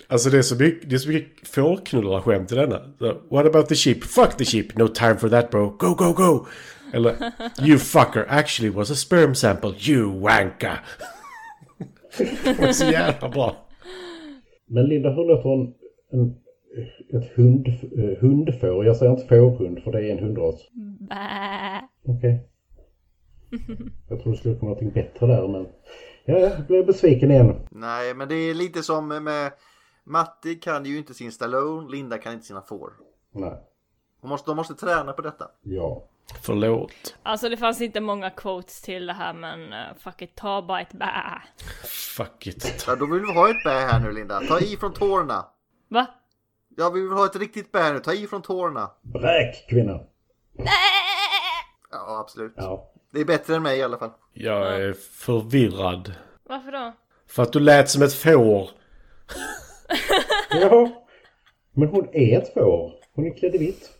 Alltså det är så mycket, det är så mycket fårknullarskämt i denna. Så, What about the sheep? Fuck the sheep! No time for that bro! Go, go, go! Eller You fucker actually was a sperm sample, you wanka! det var så jävla bra. Men Linda, hur låter en, en, ett hund, eh, hundfår? Jag säger inte fårhund, för det är en hundras. Bää. Okej. Jag tror det skulle komma någonting bättre där, men... Ja, jag blev besviken igen. Nej men det är lite som med Matti kan ju inte sin Stallone, Linda kan inte sina får. Nej. Hon måste, de måste träna på detta. Ja. Förlåt. Alltså det fanns inte många quotes till det här men uh, fuck it, ta bara ett bää. Fuck it. Ja, då vill vi ha ett bä här nu Linda. Ta i från tårna. Va? Ja vi vill ha ett riktigt bä här nu. Ta i från tårna. Bräk, kvinna! Ja absolut. Ja. Det är bättre än mig i alla fall. Jag är förvirrad. Varför då? För att du lät som ett får. Ja. Men hon är ett får. Hon är klädd i vitt.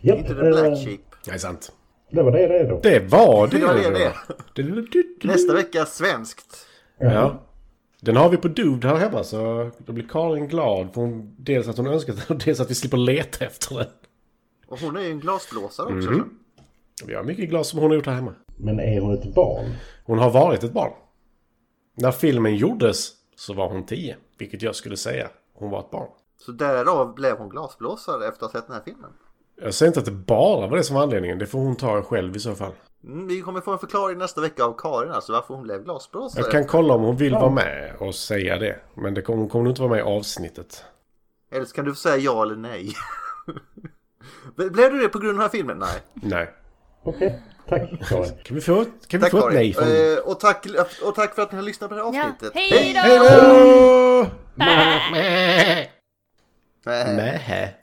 Japp, Inte eh, the black sheep. Nej, sant. Det var det det är då. Det var det. Det var det det. det. Nästa vecka svenskt. Ja. Den har vi på Dude här hemma så då blir Karin glad. För hon, dels att hon önskar den och dels att vi slipper leta efter den. Och hon är ju en glasblåsare också. Mhm. Vi har mycket glas som hon har gjort här hemma. Men är hon ett barn? Hon har varit ett barn. När filmen gjordes så var hon 10. Vilket jag skulle säga. Hon var ett barn. Så därav blev hon glasblåsare efter att ha sett den här filmen. Jag säger inte att det bara var det som var anledningen. Det får hon ta själv i så fall. Mm, vi kommer få en förklaring nästa vecka av Karin alltså varför hon blev glasblåsare. Jag kan kolla om hon vill vara med och säga det. Men det kommer, hon kommer nog inte vara med i avsnittet. Eller så kan du få säga ja eller nej. blev du det på grund av den här filmen? Nej. Nej. Okej. Tack, Karin. Kan vi få, ett- kan vi Tack få ett Karin. nej från... Eh, och, tack, och tack för att ni har lyssnat på det här Ja. avsnittet. Hej då! Hej då! Mäh. Hej. Mäh.